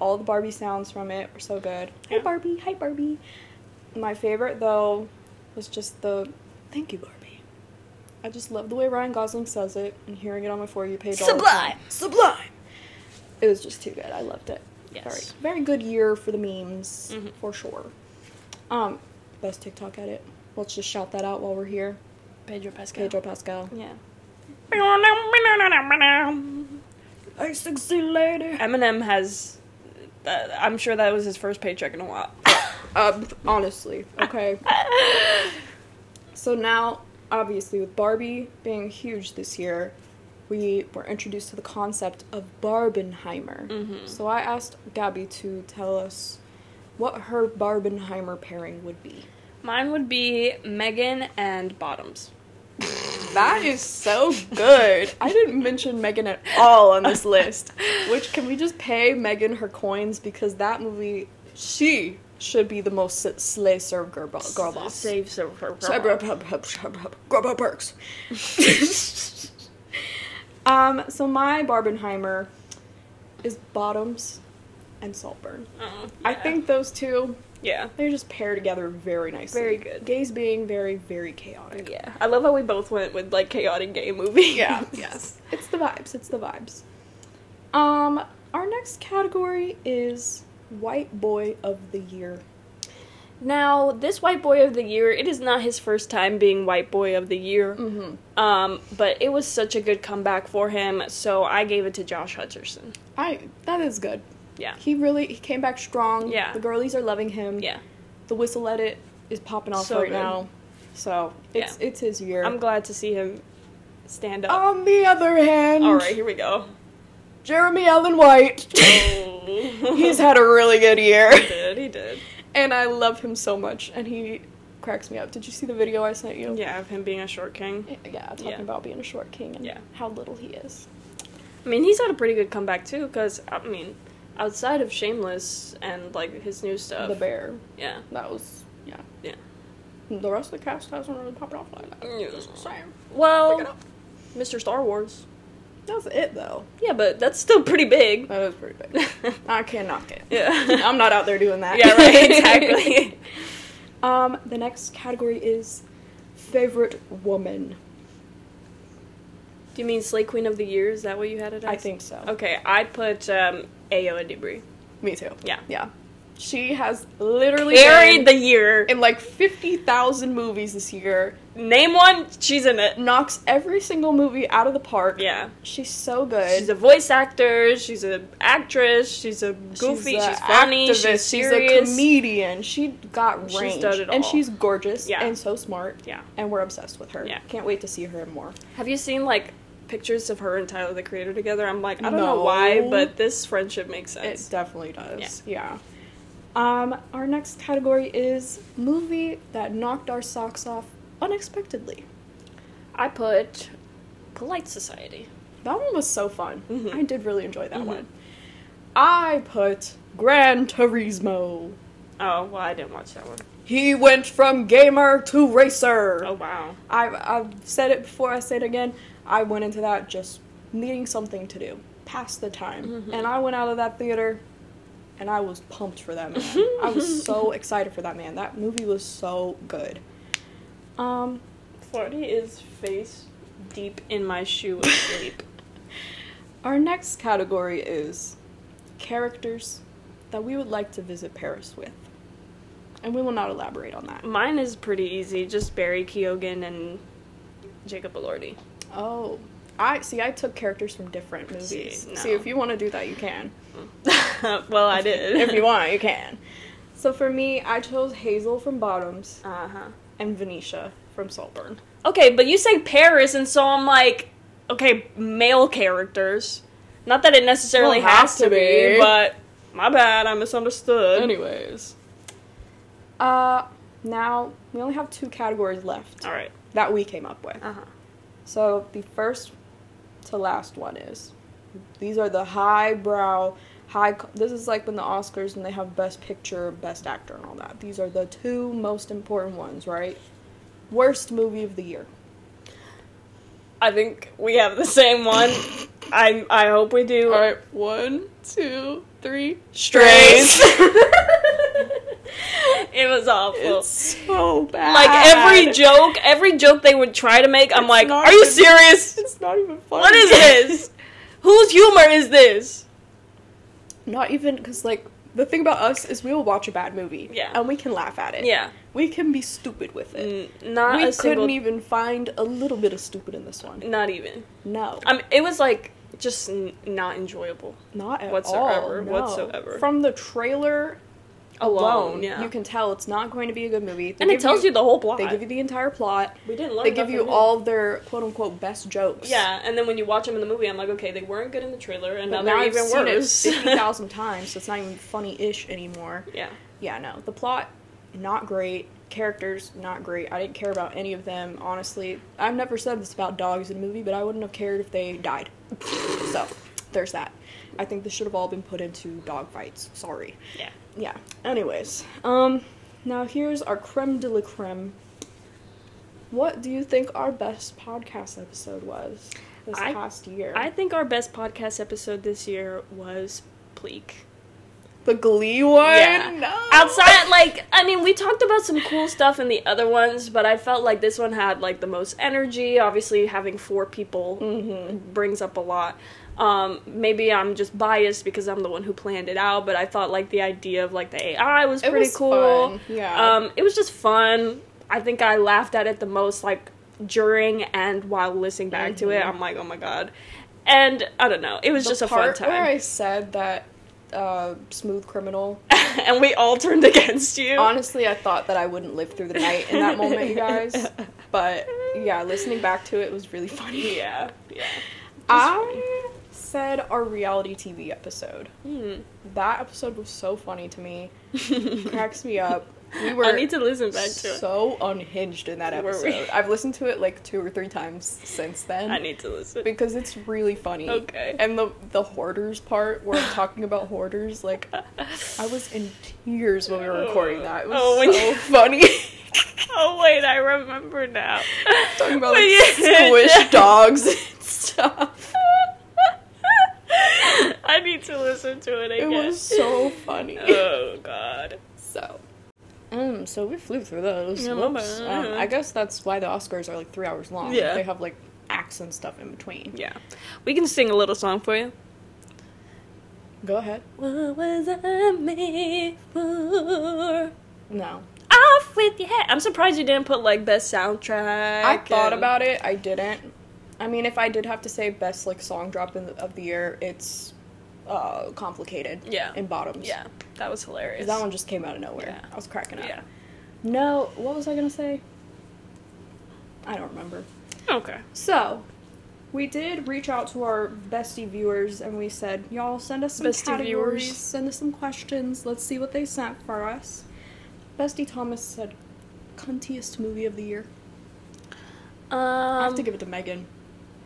Speaker 2: All the Barbie sounds from it were so good. Hi
Speaker 3: Yeah.
Speaker 2: Barbie, hi Barbie. My favorite though was just the thank you Barbie. I just love the way Ryan Gosling says it and hearing it on my for you page. all the time.
Speaker 3: Sublime.
Speaker 2: It was just too good. I loved it.
Speaker 3: Yes.
Speaker 2: Very, very good year for the memes
Speaker 3: Mhm.
Speaker 2: for sure. Um, best TikTok edit. Let's just shout that out while we're here.
Speaker 3: Pedro Pascal.
Speaker 2: Pedro Pascal.
Speaker 3: Yeah. Eminem
Speaker 2: I sexy later.
Speaker 3: has. Uh, I'm sure that was his first paycheck in a while.
Speaker 2: Uh, honestly, okay. so now, obviously, with Barbie being huge this year, we were introduced to the concept of Barbenheimer. So I asked Gabby to tell us what her Barbenheimer pairing would be.
Speaker 3: Mine would be Megan and Bottoms.
Speaker 2: That is so good. I didn't mention Megan at all on this list. Which can we just pay Megan her coins because that movie she should be the most s- slay serve girl, bo- girl boss.
Speaker 3: Save so for
Speaker 2: So- Grubhub perks. um, so my Barbenheimer is Bottoms and Saltburn. I think those two
Speaker 3: Yeah.
Speaker 2: they just pair together very nicely.
Speaker 3: Very good.
Speaker 2: Gays being very very chaotic.
Speaker 3: Yeah. I love how we both went with like chaotic gay movie.
Speaker 2: Yeah. yes. It's the vibes. It's the vibes. Um, our next category is white boy of the year.
Speaker 3: Now, this white boy of the year, it is not his first time being white boy of the year.
Speaker 2: Mm-hmm.
Speaker 3: Um, but it was such a good comeback for him, so I gave it to Josh Hutcherson.
Speaker 2: I that is good.
Speaker 3: Yeah.
Speaker 2: He really he came back strong.
Speaker 3: Yeah.
Speaker 2: The girlies are loving him.
Speaker 3: Yeah.
Speaker 2: The whistle edit is popping off
Speaker 3: So
Speaker 2: right
Speaker 3: good.
Speaker 2: now. So it's it's his year.
Speaker 3: I'm glad to see him stand up.
Speaker 2: On the other hand,
Speaker 3: All right, here we go.
Speaker 2: Jeremy Allen White. He's had a really good year.
Speaker 3: he did. He did.
Speaker 2: And I love him so much and he cracks me up. Did you see the video I sent you?
Speaker 3: Yeah, of him being a short king.
Speaker 2: Yeah, talking
Speaker 3: Yeah.
Speaker 2: about being a short king and
Speaker 3: Yeah.
Speaker 2: how little he is.
Speaker 3: I mean, he's had a pretty good comeback too, because I mean, outside of Shameless and like his new stuff,
Speaker 2: The bear.
Speaker 3: yeah,
Speaker 2: That was yeah.
Speaker 3: yeah,
Speaker 2: The rest of the cast hasn't really popped off like that.
Speaker 3: Yeah.
Speaker 2: It's the same. Pick it
Speaker 3: Well,
Speaker 2: up.
Speaker 3: Mr. Star Wars.
Speaker 2: That's it though.
Speaker 3: Yeah, but that's still pretty big.
Speaker 2: That was pretty big. I can knock it.
Speaker 3: yeah.
Speaker 2: I'm not out there doing that.
Speaker 3: yeah, right, exactly.
Speaker 2: um, the next category is favorite woman.
Speaker 3: Do you mean Slay Queen of the Year? Is that what you had it as?
Speaker 2: I think so.
Speaker 3: Okay, I put um, Ayo and Debris.
Speaker 2: Oh, Me too.
Speaker 3: Yeah.
Speaker 2: Yeah. She has literally
Speaker 3: Carried
Speaker 2: been
Speaker 3: the year.
Speaker 2: in like 50,000 movies this year.
Speaker 3: Name one, she's in it.
Speaker 2: Knocks every single movie out of the park.
Speaker 3: Yeah.
Speaker 2: She's so good.
Speaker 3: She's a voice actor. She's an actress. She's a goofy. She's,
Speaker 2: a
Speaker 3: funny.
Speaker 2: activist,
Speaker 3: She's serious.
Speaker 2: a comedian. She got range,
Speaker 3: She's done it
Speaker 2: and
Speaker 3: all.
Speaker 2: she's gorgeous
Speaker 3: Yeah.
Speaker 2: and so smart.
Speaker 3: Yeah.
Speaker 2: and we're obsessed with her.
Speaker 3: Yeah.
Speaker 2: can't wait to see her in more.
Speaker 3: Have you seen like pictures of her and Tyler the Creator together? I'm like, I don't
Speaker 2: No.
Speaker 3: know why, but this friendship makes
Speaker 2: It
Speaker 3: sense.
Speaker 2: definitely does. Yeah. Um, our next category is movie that knocked our socks off unexpectedly.
Speaker 3: I put Polite Society.
Speaker 2: That one was so fun.
Speaker 3: Mhm.
Speaker 2: I did really enjoy that
Speaker 3: Mhm.
Speaker 2: one. I put Gran Turismo.
Speaker 3: Oh well, I didn't watch that one.
Speaker 2: He went from gamer to racer.
Speaker 3: Oh wow.
Speaker 2: I've, I've said it before, I say it again. I went into that just needing something to do, pass the time.
Speaker 3: Mhm.
Speaker 2: And I went out of that theater and I was pumped for that man. I was so excited for that man. That movie was so good. Um,
Speaker 3: Flirty is face deep in my shoe of sleep.
Speaker 2: our next category is characters that we would like to visit Paris with. And we will not elaborate on that.
Speaker 3: Mine is pretty easy. Just Barry Keoghan and Jacob Elordi.
Speaker 2: Oh, I see. I took characters from different movies.
Speaker 3: See, no.
Speaker 2: see if you want to do that, you can.
Speaker 3: well, I did.
Speaker 2: if you want, you can. So for me, I chose Hazel from Bottoms
Speaker 3: Uh huh.
Speaker 2: and Venetia from Saltburn.
Speaker 3: Okay, but you say Paris, and so I'm like, okay, male characters. Not that it necessarily
Speaker 2: Well, it
Speaker 3: has to be, but my bad, I misunderstood.
Speaker 2: Anyways, uh, now we only have two categories left
Speaker 3: All right.
Speaker 2: that we came up with.
Speaker 3: Uh huh.
Speaker 2: So the first to last one is these are the highbrow, high. This is like when the Oscars when they have Best Picture, Best Actor, and all that. These are the two most important ones, right? Worst movie of the year.
Speaker 3: I think we have the same one. I I hope we do.
Speaker 2: right, one, two, three.
Speaker 3: Strays. it was awful.
Speaker 2: It's so bad.
Speaker 3: like every joke, every joke they would try to make, I'm
Speaker 2: It's
Speaker 3: like,
Speaker 2: not
Speaker 3: are you
Speaker 2: even-
Speaker 3: serious?
Speaker 2: It's not even funny.
Speaker 3: What is this? Whose humor is this?
Speaker 2: Not even because like the thing about us is we will watch a bad movie.
Speaker 3: Yeah.
Speaker 2: And we can laugh at it.
Speaker 3: Yeah.
Speaker 2: We can be stupid with it.
Speaker 3: N- not
Speaker 2: we
Speaker 3: a
Speaker 2: couldn't e-
Speaker 3: single.
Speaker 2: even find a little bit of stupid in this one.
Speaker 3: not even.
Speaker 2: No.
Speaker 3: I mean, Um, it was like just n- not enjoyable.
Speaker 2: not at
Speaker 3: whatsoever,
Speaker 2: all. no.
Speaker 3: whatsoever.
Speaker 2: From the trailer
Speaker 3: Alone,
Speaker 2: alone,
Speaker 3: yeah.
Speaker 2: you can tell it's not going to be a good movie. They
Speaker 3: and it
Speaker 2: give
Speaker 3: tells you, the whole plot.
Speaker 2: they give you the entire plot.
Speaker 3: we didn't learn.
Speaker 2: They give
Speaker 3: nothing
Speaker 2: you
Speaker 3: new.
Speaker 2: all their quote unquote best jokes.
Speaker 3: Yeah, and then when you watch them in the movie, I'm like, okay, they weren't good in the trailer, and
Speaker 2: But
Speaker 3: now they're
Speaker 2: I've
Speaker 3: even
Speaker 2: seen it
Speaker 3: worse.
Speaker 2: 50,000 times, so it's not even funny ish anymore.
Speaker 3: yeah,
Speaker 2: Yeah, no. The plot, not great. Characters, not great. I didn't care about any of them, honestly. I've never said this about dogs in a movie, but I wouldn't have cared if they died. so, there's that. I think this should have all been put into dog fights. Sorry.
Speaker 3: yeah.
Speaker 2: Yeah. Anyways, um, now here's our creme de la creme. What do you think our best podcast episode was this
Speaker 3: I-
Speaker 2: past year?
Speaker 3: I think our best podcast episode this year was Pleek.
Speaker 2: the Glee one.
Speaker 3: Yeah.
Speaker 2: No.
Speaker 3: Outside, like, I mean, we talked about some cool stuff in the other ones, but I felt like this one had, like, the most energy. Obviously, having four people
Speaker 2: Mm-hmm.
Speaker 3: brings up a lot. Um, maybe I'm just biased because I'm the one who planned it out, but I thought, like, the idea of, like, the AI was
Speaker 2: It
Speaker 3: pretty
Speaker 2: was
Speaker 3: cool.
Speaker 2: fun, yeah.
Speaker 3: Um, it was just fun. I think I laughed at it the most, like, during and while listening back to it. I'm like, oh my god. And I don't know. It was
Speaker 2: Mm-hmm. the
Speaker 3: just a fun
Speaker 2: part
Speaker 3: time.
Speaker 2: where I said that uh, smooth criminal.
Speaker 3: and we all turned against you.
Speaker 2: Honestly, I thought that I wouldn't live through the night in that moment, you guys. But yeah, listening back to it was really funny.
Speaker 3: Yeah, yeah.
Speaker 2: I said our reality TV episode.
Speaker 3: Hmm.
Speaker 2: That episode was so funny to me. Cracks me up. We were
Speaker 3: I need to listen back to it.
Speaker 2: so unhinged in that
Speaker 3: Were
Speaker 2: episode.
Speaker 3: we?
Speaker 2: I've listened to it like two or three times since then.
Speaker 3: I need to listen.
Speaker 2: because it's really funny.
Speaker 3: Okay.
Speaker 2: And the the hoarders part where I'm talking about hoarders, like I was in tears when we were recording that. It was
Speaker 3: Oh, when
Speaker 2: so
Speaker 3: you-
Speaker 2: funny.
Speaker 3: Oh wait, I remember now.
Speaker 2: Talking about like
Speaker 3: When you-
Speaker 2: squish dogs and stuff.
Speaker 3: I need to listen to it
Speaker 2: It
Speaker 3: again.
Speaker 2: was so funny.
Speaker 3: oh god.
Speaker 2: So, um, so we flew through those.
Speaker 3: Yeah,
Speaker 2: Whoops.
Speaker 3: bye-bye.
Speaker 2: Um, I guess that's why the Oscars are like three hours long.
Speaker 3: Yeah.
Speaker 2: They have like acts and stuff in between.
Speaker 3: Yeah, we can sing a little song for you.
Speaker 2: Go ahead.
Speaker 3: What was I made for?
Speaker 2: No.
Speaker 3: Off with your head. I'm surprised you didn't put like best soundtrack.
Speaker 2: I thought
Speaker 3: and-
Speaker 2: about it. I didn't. I mean, if I did have to say best like song drop in of the year, it's uh complicated.
Speaker 3: Yeah.
Speaker 2: In bottoms.
Speaker 3: Yeah, that was hilarious.
Speaker 2: 'Cause That one just came out of nowhere.
Speaker 3: Yeah.
Speaker 2: I was cracking up.
Speaker 3: Yeah.
Speaker 2: No, what was I gonna say? I don't remember.
Speaker 3: Okay.
Speaker 2: So, we did reach out to our bestie viewers and we said, y'all send us some
Speaker 3: Bestie
Speaker 2: categories,
Speaker 3: viewers.
Speaker 2: send us some questions. Let's see what they sent for us. Bestie Thomas said, "Cuntiest movie of the year."
Speaker 3: Um,
Speaker 2: I have to give it to Megan.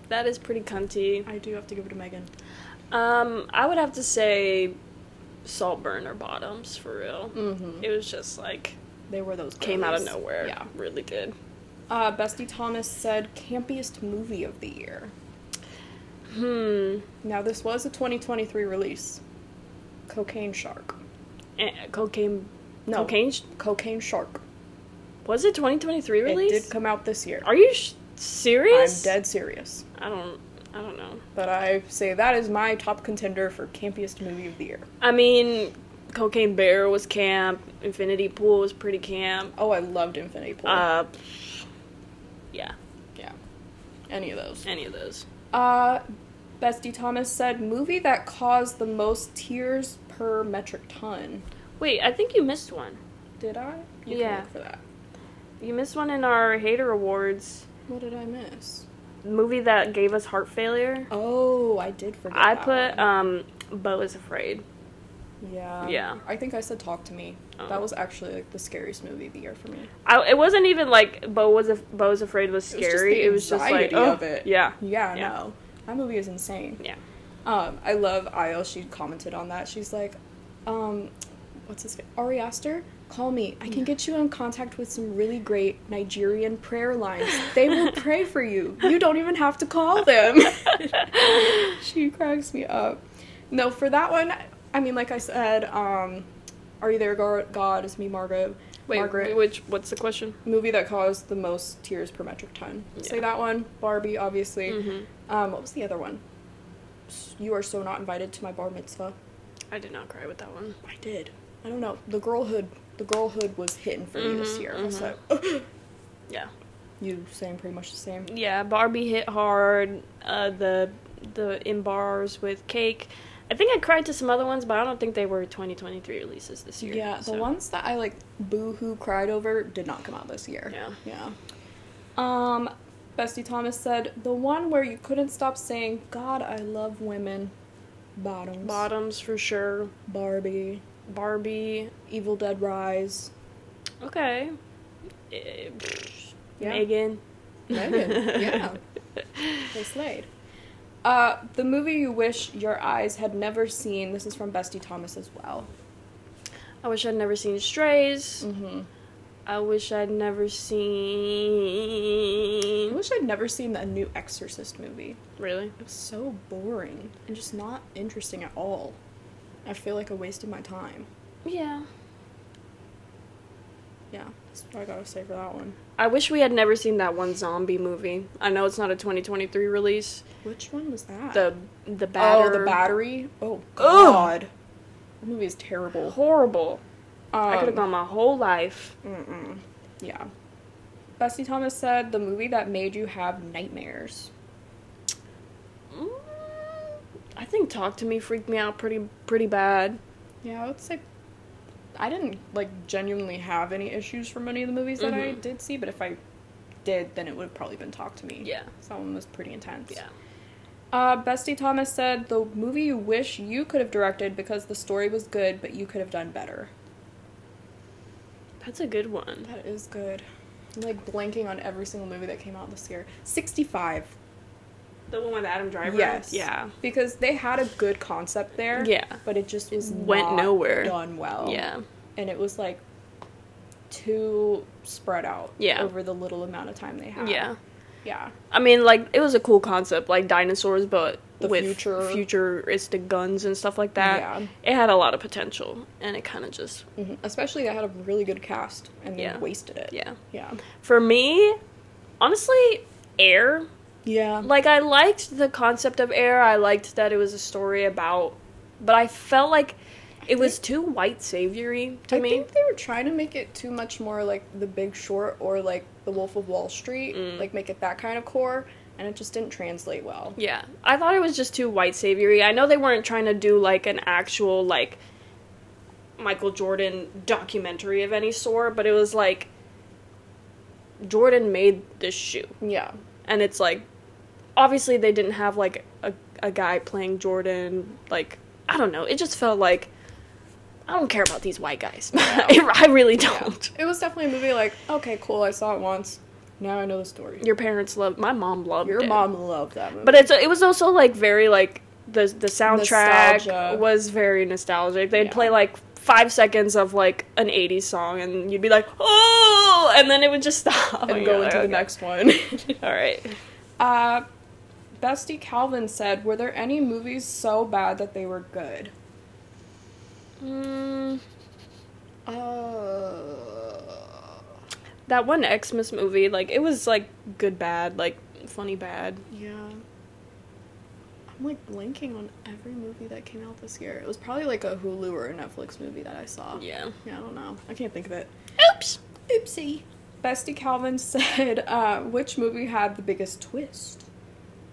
Speaker 3: that is pretty cunty.
Speaker 2: I do have to give it to Megan.
Speaker 3: Um, I would have to say Saltburn or Bottoms for real.
Speaker 2: Mm-hmm.
Speaker 3: It was just like
Speaker 2: They were those.
Speaker 3: came out of
Speaker 2: girlies.
Speaker 3: nowhere.
Speaker 2: Yeah.
Speaker 3: really did.
Speaker 2: Uh, Bestie Thomas said, "Campiest movie of the year."
Speaker 3: Hmm.
Speaker 2: Now this was a 2023 release. Cocaine Shark.
Speaker 3: Eh, cocaine.
Speaker 2: No.
Speaker 3: Cocaine. Sh-
Speaker 2: Cocaine Shark.
Speaker 3: was it 2023 release?
Speaker 2: It did come out this year.
Speaker 3: Are you sh-
Speaker 2: I'm
Speaker 3: serious?
Speaker 2: dead serious.
Speaker 3: I don't. I don't know.
Speaker 2: But I say that is my top contender for campiest movie of the year.
Speaker 3: I mean, Cocaine Bear was camp. Infinity Pool was pretty camp.
Speaker 2: Oh, I loved Infinity Pool.
Speaker 3: Uh, yeah.
Speaker 2: yeah. Any of those.
Speaker 3: Any of those.
Speaker 2: Uh, Bestie Thomas said movie that caused the most tears per metric ton.
Speaker 3: Wait, I think you missed one.
Speaker 2: Did I? You
Speaker 3: Yeah.
Speaker 2: Can look for that.
Speaker 3: You missed one in our Hater Awards
Speaker 2: What did I miss?
Speaker 3: movie that gave us heart failure.
Speaker 2: Oh, I did forget.
Speaker 3: I
Speaker 2: that
Speaker 3: put
Speaker 2: one.
Speaker 3: um, Bo is afraid.
Speaker 2: yeah.
Speaker 3: yeah.
Speaker 2: I think I said Talk to Me.
Speaker 3: Oh.
Speaker 2: That was actually like the scariest movie of the year for me.
Speaker 3: I, it wasn't even like Bo was af- Bo's afraid was
Speaker 2: It was just
Speaker 3: scary.
Speaker 2: the
Speaker 3: It was just, like
Speaker 2: anxiety
Speaker 3: oh,
Speaker 2: of it.
Speaker 3: yeah,
Speaker 2: Yeah,
Speaker 3: Yeah.
Speaker 2: no. That movie is insane.
Speaker 3: yeah.
Speaker 2: Um, I love Ayo. She commented on that. She's like, um, what's his name? Ari Aster, call me. I can get you in contact with some really great Nigerian prayer lines. They will pray for you. You don't even have to call them. she cracks me up. No, for that one, I mean, like I said, um, Are You There, Gar- God? It's me, Margaret.
Speaker 3: Wait,
Speaker 2: Margaret.
Speaker 3: which what's the question?
Speaker 2: Movie that caused the most tears per metric ton. Say
Speaker 3: Yeah.
Speaker 2: that one. Barbie, obviously.
Speaker 3: hmm
Speaker 2: Um, what was the other one? S- You are so not invited to my bar mitzvah.
Speaker 3: I did not cry with that one.
Speaker 2: I did. I don't know. The girlhood, the girlhood was hitting for me this
Speaker 3: Mhm,
Speaker 2: year. I was
Speaker 3: mhm.
Speaker 2: like,
Speaker 3: Yeah,
Speaker 2: you saying pretty much the same.
Speaker 3: yeah. Barbie hit hard. Uh, the the in bars with cake. I think I cried to some other ones, but I don't think they were 2023 releases this year.
Speaker 2: Yeah, the
Speaker 3: so,
Speaker 2: ones that I like boo-hoo cried over did not come out this year.
Speaker 3: Yeah.
Speaker 2: Yeah. Um, Bestie Thomas said the one where you couldn't stop saying, "God, I love women." Bottoms.
Speaker 3: Bottoms for sure.
Speaker 2: Barbie.
Speaker 3: Barbie.
Speaker 2: Evil Dead Rise.
Speaker 3: Okay. Eh, pfft.
Speaker 2: Yeah.
Speaker 3: Megan.
Speaker 2: Megan, yeah. They slayed. Uh, the movie you wish your eyes had never seen. This is from Bestie Thomas as well.
Speaker 3: I wish I'd never seen Strays.
Speaker 2: Mm-hmm.
Speaker 3: I wish I'd never
Speaker 2: I
Speaker 3: seen.
Speaker 2: wish I'd never seen the new Exorcist movie.
Speaker 3: Really?
Speaker 2: It was so boring and just not interesting at all. I feel like I wasted my time.
Speaker 3: Yeah.
Speaker 2: Yeah, that's what I gotta say for that one.
Speaker 3: I wish we had never seen that one zombie movie. I know it's not a 2023 release.
Speaker 2: Which one was that?
Speaker 3: The the
Speaker 2: oh,
Speaker 3: batter.
Speaker 2: the battery. Oh
Speaker 3: Ugh.
Speaker 2: God, that movie is terrible.
Speaker 3: Horrible.
Speaker 2: Um,
Speaker 3: I could have gone my whole life.
Speaker 2: Mm-mm. Yeah. Bessie Thomas said the movie that made you have nightmares.
Speaker 3: Mm, I think Talk to Me freaked me out pretty pretty bad.
Speaker 2: Yeah, I would say I didn't like genuinely have any issues from any of the movies that I
Speaker 3: Mhm.
Speaker 2: did see, but if I did, then it would have probably been Talk to Me.
Speaker 3: Yeah.
Speaker 2: Someone was pretty intense.
Speaker 3: Yeah.
Speaker 2: Uh, Bestie Thomas said the movie you wish you could have directed because the story was good, but you could have done better.
Speaker 3: That's a good one.
Speaker 2: That is good. I'm like blanking on every single movie that came out this year. 65.
Speaker 3: The one with Adam Driver.
Speaker 2: Yes.
Speaker 3: Yeah.
Speaker 2: Because they had a good concept there.
Speaker 3: Yeah.
Speaker 2: But it just is
Speaker 3: Went
Speaker 2: not
Speaker 3: nowhere.
Speaker 2: done well.
Speaker 3: Yeah.
Speaker 2: And it was like too spread out
Speaker 3: Yeah.
Speaker 2: over the little amount of time they have.
Speaker 3: Yeah.
Speaker 2: Yeah.
Speaker 3: I mean, like it was a cool concept, like dinosaurs, but
Speaker 2: The
Speaker 3: with
Speaker 2: future.
Speaker 3: futuristic guns and stuff like that.
Speaker 2: Yeah.
Speaker 3: It had a lot of potential, and it kind of just
Speaker 2: Mhm. Especially that had a really good cast and they
Speaker 3: Yeah.
Speaker 2: wasted it.
Speaker 3: yeah.
Speaker 2: Yeah.
Speaker 3: For me, honestly, Air.
Speaker 2: Yeah.
Speaker 3: Like I liked the concept of Air. I liked that it was a story about, but I felt like it was too white savory to
Speaker 2: I
Speaker 3: me.
Speaker 2: think they were trying to make it too much more like The Big Short or like The Wolf of Wall Street,
Speaker 3: Mm.
Speaker 2: like make it that kind of core, and it just didn't translate well.
Speaker 3: Yeah, I thought it was just too white savory. I know they weren't trying to do like an actual like Michael Jordan documentary of any sort, but it was like Jordan made this shoe,
Speaker 2: Yeah,
Speaker 3: and it's like obviously they didn't have like a a guy playing Jordan. Like I don't know, it just felt like I don't care about these white guys. I really don't.
Speaker 2: it was definitely a movie like, okay, cool, I saw it once, now I know the story.
Speaker 3: Your parents love my mom loved
Speaker 2: Your
Speaker 3: it.
Speaker 2: mom loved that movie,
Speaker 3: But it's it was also like very like the the soundtrack
Speaker 2: Nostalgia.
Speaker 3: was very nostalgic. They'd
Speaker 2: Yeah.
Speaker 3: play like five seconds of like an '80s song, and you'd be like, "Oh!" and then it would just stop
Speaker 2: and
Speaker 3: you're
Speaker 2: go
Speaker 3: like,
Speaker 2: into
Speaker 3: "Okay."
Speaker 2: the next one.
Speaker 3: All right.
Speaker 2: uh, Bestie Calvin said, "Were there any movies so bad that they were good?"
Speaker 3: Mm,
Speaker 2: Uh,
Speaker 3: that one Xmas movie, like it was like good bad, like funny bad.
Speaker 2: Yeah. I'm like blanking on every movie that came out this year. It was probably like a Hulu or a Netflix movie that I saw.
Speaker 3: Yeah.
Speaker 2: Yeah, I don't know. I can't think of it.
Speaker 3: Oops.
Speaker 2: Oopsie. Bestie Calvin said, uh, which movie had the biggest twist?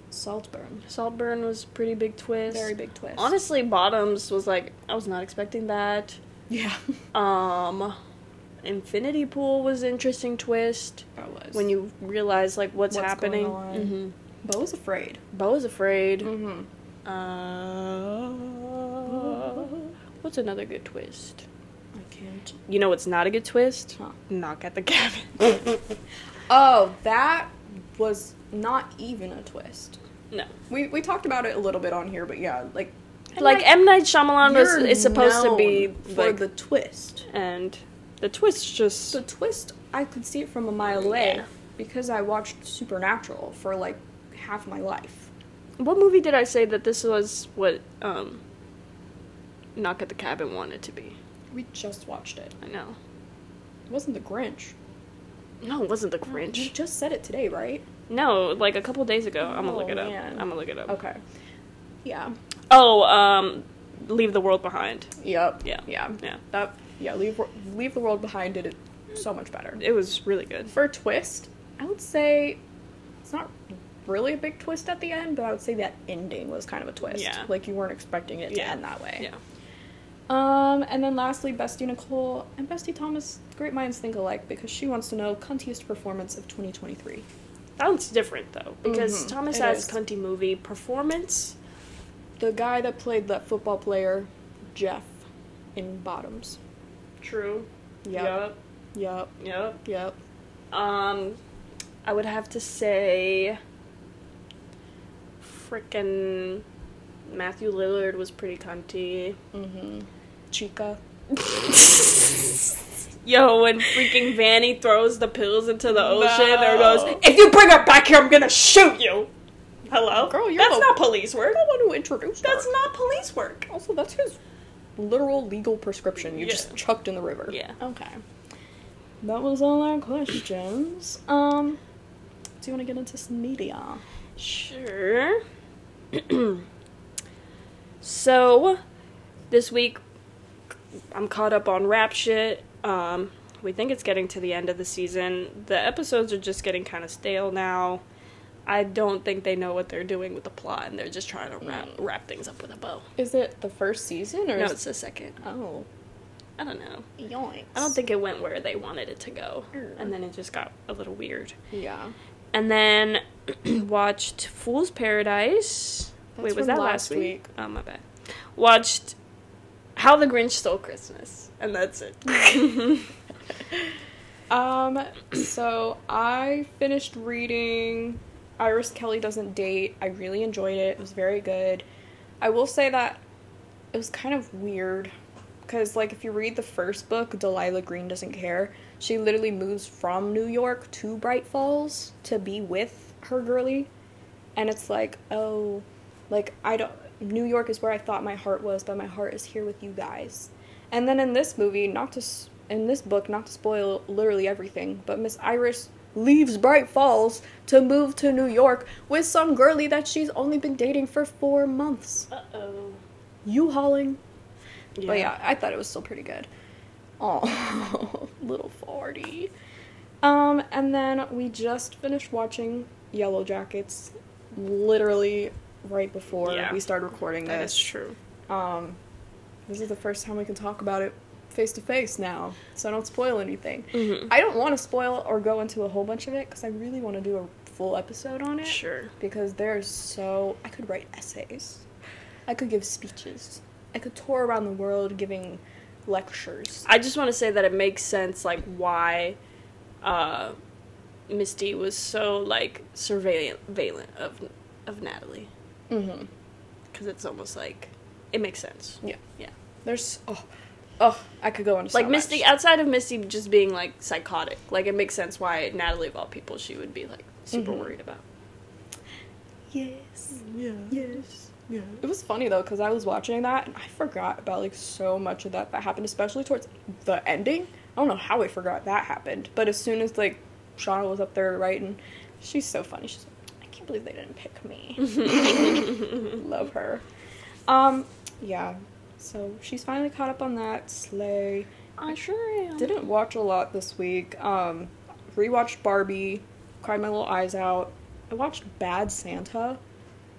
Speaker 2: Saltburn.
Speaker 3: Saltburn was a pretty big twist.
Speaker 2: Very big twist.
Speaker 3: Honestly, Bottoms was like I was not expecting that.
Speaker 2: Yeah.
Speaker 3: Um, Infinity Pool was interesting twist.
Speaker 2: that was.
Speaker 3: when you realize like what's,
Speaker 2: What's
Speaker 3: happening.
Speaker 2: going on. Bo was afraid.
Speaker 3: Mhm. Bo's afraid.
Speaker 2: Mm-hmm.
Speaker 3: Uh, what's another good twist?
Speaker 2: I can't.
Speaker 3: You know, what's not a good twist.
Speaker 2: Huh.
Speaker 3: Knock at the cabin.
Speaker 2: Oh, that was not even a twist.
Speaker 3: no,
Speaker 2: We, we talked about it a little bit on here, but yeah, like.
Speaker 3: like M Night Shyamalan was,
Speaker 2: You're
Speaker 3: is supposed to be
Speaker 2: known for
Speaker 3: like,
Speaker 2: the twist.
Speaker 3: and the twist just
Speaker 2: The twist, I could see it from a mile away
Speaker 3: Yeah.
Speaker 2: because I watched Supernatural for like half my life.
Speaker 3: what movie did I say that this was what um Knock at the Cabin wanted to be?
Speaker 2: We just watched it.
Speaker 3: I know.
Speaker 2: It wasn't The Grinch.
Speaker 3: No, it wasn't The
Speaker 2: You
Speaker 3: Grinch.
Speaker 2: just said it today, right?
Speaker 3: No, like a couple days ago. I'm gonna look
Speaker 2: Oh,
Speaker 3: it up.
Speaker 2: man.
Speaker 3: I'm gonna look it up.
Speaker 2: Okay. Yeah.
Speaker 3: Oh, um, Leave the World Behind.
Speaker 2: Yep.
Speaker 3: Yeah.
Speaker 2: Yeah.
Speaker 3: Yeah.
Speaker 2: That. Yeah. Leave Wor- Leave the World Behind did it so much better.
Speaker 3: It was really good.
Speaker 2: For a twist, I would say it's not really a big twist at the end, but I would say that ending was kind of a twist.
Speaker 3: Yeah.
Speaker 2: Like you weren't expecting it to
Speaker 3: Yeah.
Speaker 2: end that way.
Speaker 3: Yeah.
Speaker 2: Um, and then lastly, Bestie Nicole and Bestie Thomas, great minds think alike because she wants to know cuntiest performance of 2023.
Speaker 3: That one's different though, because
Speaker 2: Mhm.
Speaker 3: Thomas
Speaker 2: It
Speaker 3: has
Speaker 2: is.
Speaker 3: cunty movie performance.
Speaker 2: The guy that played that football player, Jeff, in Bottoms.
Speaker 3: True.
Speaker 2: Yep. Yep.
Speaker 3: Yep. Yep.
Speaker 2: Yep.
Speaker 3: Um, I would have to say, frickin' Matthew Lillard was pretty cunty.
Speaker 2: Mm-hmm. Chica.
Speaker 3: Yo, when freaking Vanny throws the pills into the ocean, there
Speaker 2: No.
Speaker 3: goes, if you bring her back here, I'm gonna shoot you. Hello?
Speaker 2: Girl, you're
Speaker 3: That's
Speaker 2: the-
Speaker 3: not police work.
Speaker 2: We're the one who introduced
Speaker 3: That's
Speaker 2: her.
Speaker 3: not police work.
Speaker 2: Also, that's his literal legal prescription you
Speaker 3: Yeah.
Speaker 2: just chucked in the river.
Speaker 3: Yeah.
Speaker 2: Okay. That was all our questions. um, do you want to get into some media?
Speaker 3: Sure. so, this week, I'm caught up on rap shit. Um, we think it's getting to the end of the season. The episodes are just getting kind of stale now. I don't think they know what they're doing with the plot, and they're just trying to wrap, wrap things up with a bow.
Speaker 2: Is it the first season Mm. or
Speaker 3: No,
Speaker 2: is
Speaker 3: it's the second.
Speaker 2: Oh.
Speaker 3: I don't know.
Speaker 2: Yoinks.
Speaker 3: I don't think it went where they wanted it to go,
Speaker 2: Mm.
Speaker 3: and then it just got a little weird.
Speaker 2: Yeah.
Speaker 3: and then watched Fool's Paradise.
Speaker 2: That's
Speaker 3: Wait, was
Speaker 2: from
Speaker 3: that last
Speaker 2: last
Speaker 3: week?
Speaker 2: week.
Speaker 3: Oh my bad. Watched How the Grinch Stole Christmas, and that's it.
Speaker 2: Um, so I finished reading Iris Kelly Doesn't Date. I really enjoyed it. It was very good. I will say that it was kind of weird because, like, if you read the first book, Delilah Green doesn't care. She literally moves from New York to Bright Falls to be with her girly. And it's like, oh, like, I don't. New York is where I thought my heart was, but my heart is here with you guys. And then in this movie, not to. s- In this book, not to spoil literally everything, but Miss Iris leaves Bright Falls to move to New York with some girly that she's only been dating for four months.
Speaker 3: Uh oh.
Speaker 2: You hauling. But yeah, I thought it was still pretty good. Oh, little farty. Um, and then we just finished watching Yellow Jackets, literally right before
Speaker 3: Yeah.
Speaker 2: we started recording
Speaker 3: That is
Speaker 2: this.
Speaker 3: true.
Speaker 2: Um, this is the first time we can talk about it face to face now, so I don't spoil anything.
Speaker 3: Mhm.
Speaker 2: I don't want to spoil or go into a whole bunch of it because I really want to do a full episode on it
Speaker 3: Sure.
Speaker 2: because there's so I could write essays. I could give speeches. I could tour around the world giving lectures.
Speaker 3: I just want to say that it makes sense, like why uh, Misty was so like surveillant valent of of Natalie,
Speaker 2: Mm-hmm.
Speaker 3: because it's almost like it makes sense.
Speaker 2: Yeah.
Speaker 3: Yeah.
Speaker 2: There's oh, oh, I could go into so
Speaker 3: like
Speaker 2: much.
Speaker 3: Misty, outside of Misty just being like psychotic, like it makes sense why Natalie of all people she would be like super
Speaker 2: Mhm.
Speaker 3: worried about.
Speaker 1: Yes.
Speaker 3: Yeah.
Speaker 1: Yes.
Speaker 3: Yeah.
Speaker 2: It was funny though because I was watching that and I forgot about like so much of that that happened, especially towards the ending. I don't know how I forgot that happened, but as soon as like Shauna was up there writing, she's so funny. She's like, I can't believe they didn't pick me. Love her. Um, yeah. So she's finally caught up on that sleigh.
Speaker 3: I sure am.
Speaker 2: Didn't watch a lot this week. Um, rewatched Barbie, cried my little eyes out. I watched Bad Santa,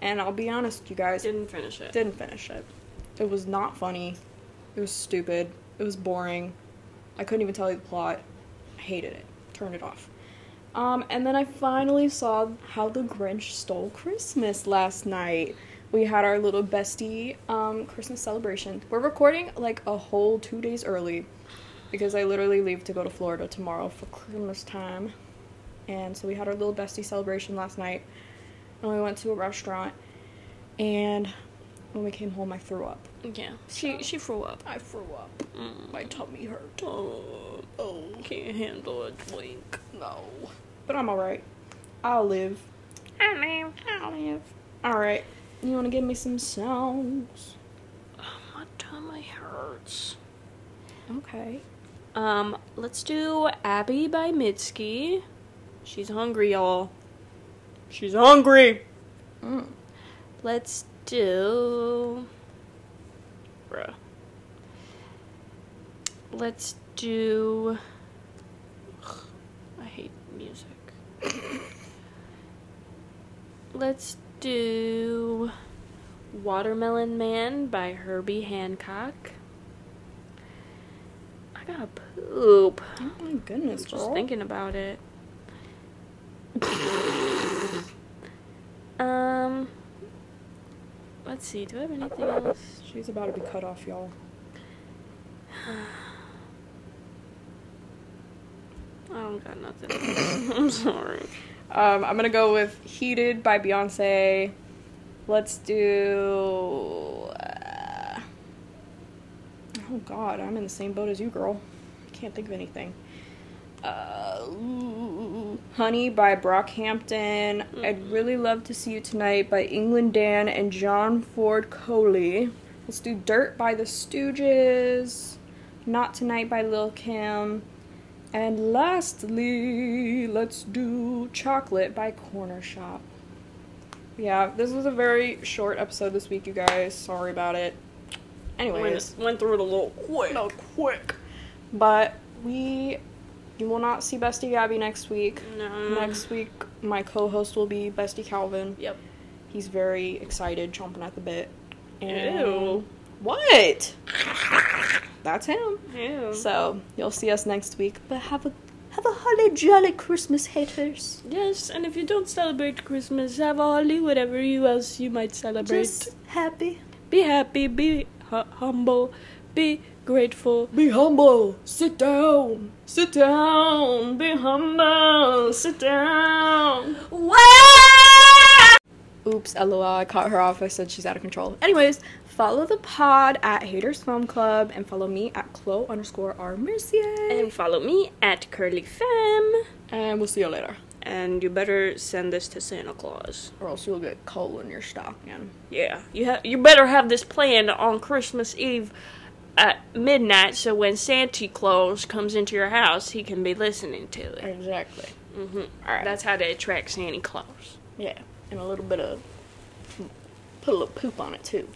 Speaker 2: and I'll be honest, you guys,
Speaker 3: Didn't finish it.
Speaker 2: didn't finish it. It was not funny. It was stupid. It was boring. I couldn't even tell you the plot. I hated it. Turned it off. Um, and then I finally saw how the Grinch stole Christmas last night. We had our little bestie um, Christmas celebration. We're recording like a whole two days early because I literally leave to go to Florida tomorrow for Christmas time. And so we had our little bestie celebration last night. And we went to a restaurant. And when we came home, I threw up.
Speaker 3: yeah. She she threw up.
Speaker 2: I threw up.
Speaker 3: Mm.
Speaker 2: My tummy hurt.
Speaker 3: Oh,
Speaker 2: Oh,
Speaker 3: can't handle a drink.
Speaker 2: no. But I'm alright. I'll live.
Speaker 3: I mean, I
Speaker 2: Alright. You wanna give me some songs?
Speaker 3: oh, my tummy hurts.
Speaker 2: Okay.
Speaker 3: Um, let's do Abby by Mitski. She's hungry, y'all. She's hungry.
Speaker 2: Mm.
Speaker 3: Let's do. Bruh. Let's do. Ugh, I hate music. Let's do. Watermelon Man by Herbie Hancock. I gotta poop.
Speaker 2: Oh my goodness,
Speaker 3: Just
Speaker 2: girl.
Speaker 3: thinking about it. um, let's see. Do I have anything else?
Speaker 2: She's about to be cut off, y'all.
Speaker 3: I don't got nothing. I'm sorry.
Speaker 2: Um, I'm gonna go with Heated by Beyonce. Let's do. Uh, oh God, I'm in the same boat as you, girl. Can't think of anything. Uh, ooh, Honey by Brockhampton. I'd really love to see you tonight by England Dan and John Ford Coley. Let's do Dirt by the Stooges. Not Tonight by Lil Kim. And lastly, let's do Chocolate by Corner Shop. Yeah, this was a very short episode this week, you guys. Sorry about it. Anyways,
Speaker 3: Went, went through it a little quick.
Speaker 2: no quick. But we, you will not see Bestie Gabby next week.
Speaker 3: No.
Speaker 2: Next week, my co-host will be Bestie Calvin.
Speaker 3: Yep.
Speaker 2: He's very excited, chomping at the bit.
Speaker 3: Ew.
Speaker 2: What? That's him.
Speaker 3: Ew.
Speaker 2: So you'll see us next week. But have a have a holly jolly Christmas, haters.
Speaker 3: yes, and if you don't celebrate Christmas, have a holly, whatever you else you might celebrate.
Speaker 2: Just happy.
Speaker 3: be happy, be hu- humble, be grateful.
Speaker 2: Be humble. Sit down. Sit down. Be humble. Sit down. Oops, lol. I caught her off. I said she's out of control. Anyways, Follow the pod at Haters Film Club and follow me at Chloe underscore R Mercier.
Speaker 3: And follow me at Curly Femme.
Speaker 2: and we'll see you later.
Speaker 3: And you better send this to Santa Claus.
Speaker 2: Or else you'll get coal in your stocking.
Speaker 3: Yeah, you ha- you better have this planned on Christmas Eve at midnight, so when Santa Claus comes into your house, he can be listening to it.
Speaker 2: Exactly.
Speaker 3: Mm-hmm.
Speaker 2: All right.
Speaker 3: That's how to attract Santa Claus.
Speaker 2: Yeah, and a little bit of put a little poop on it too.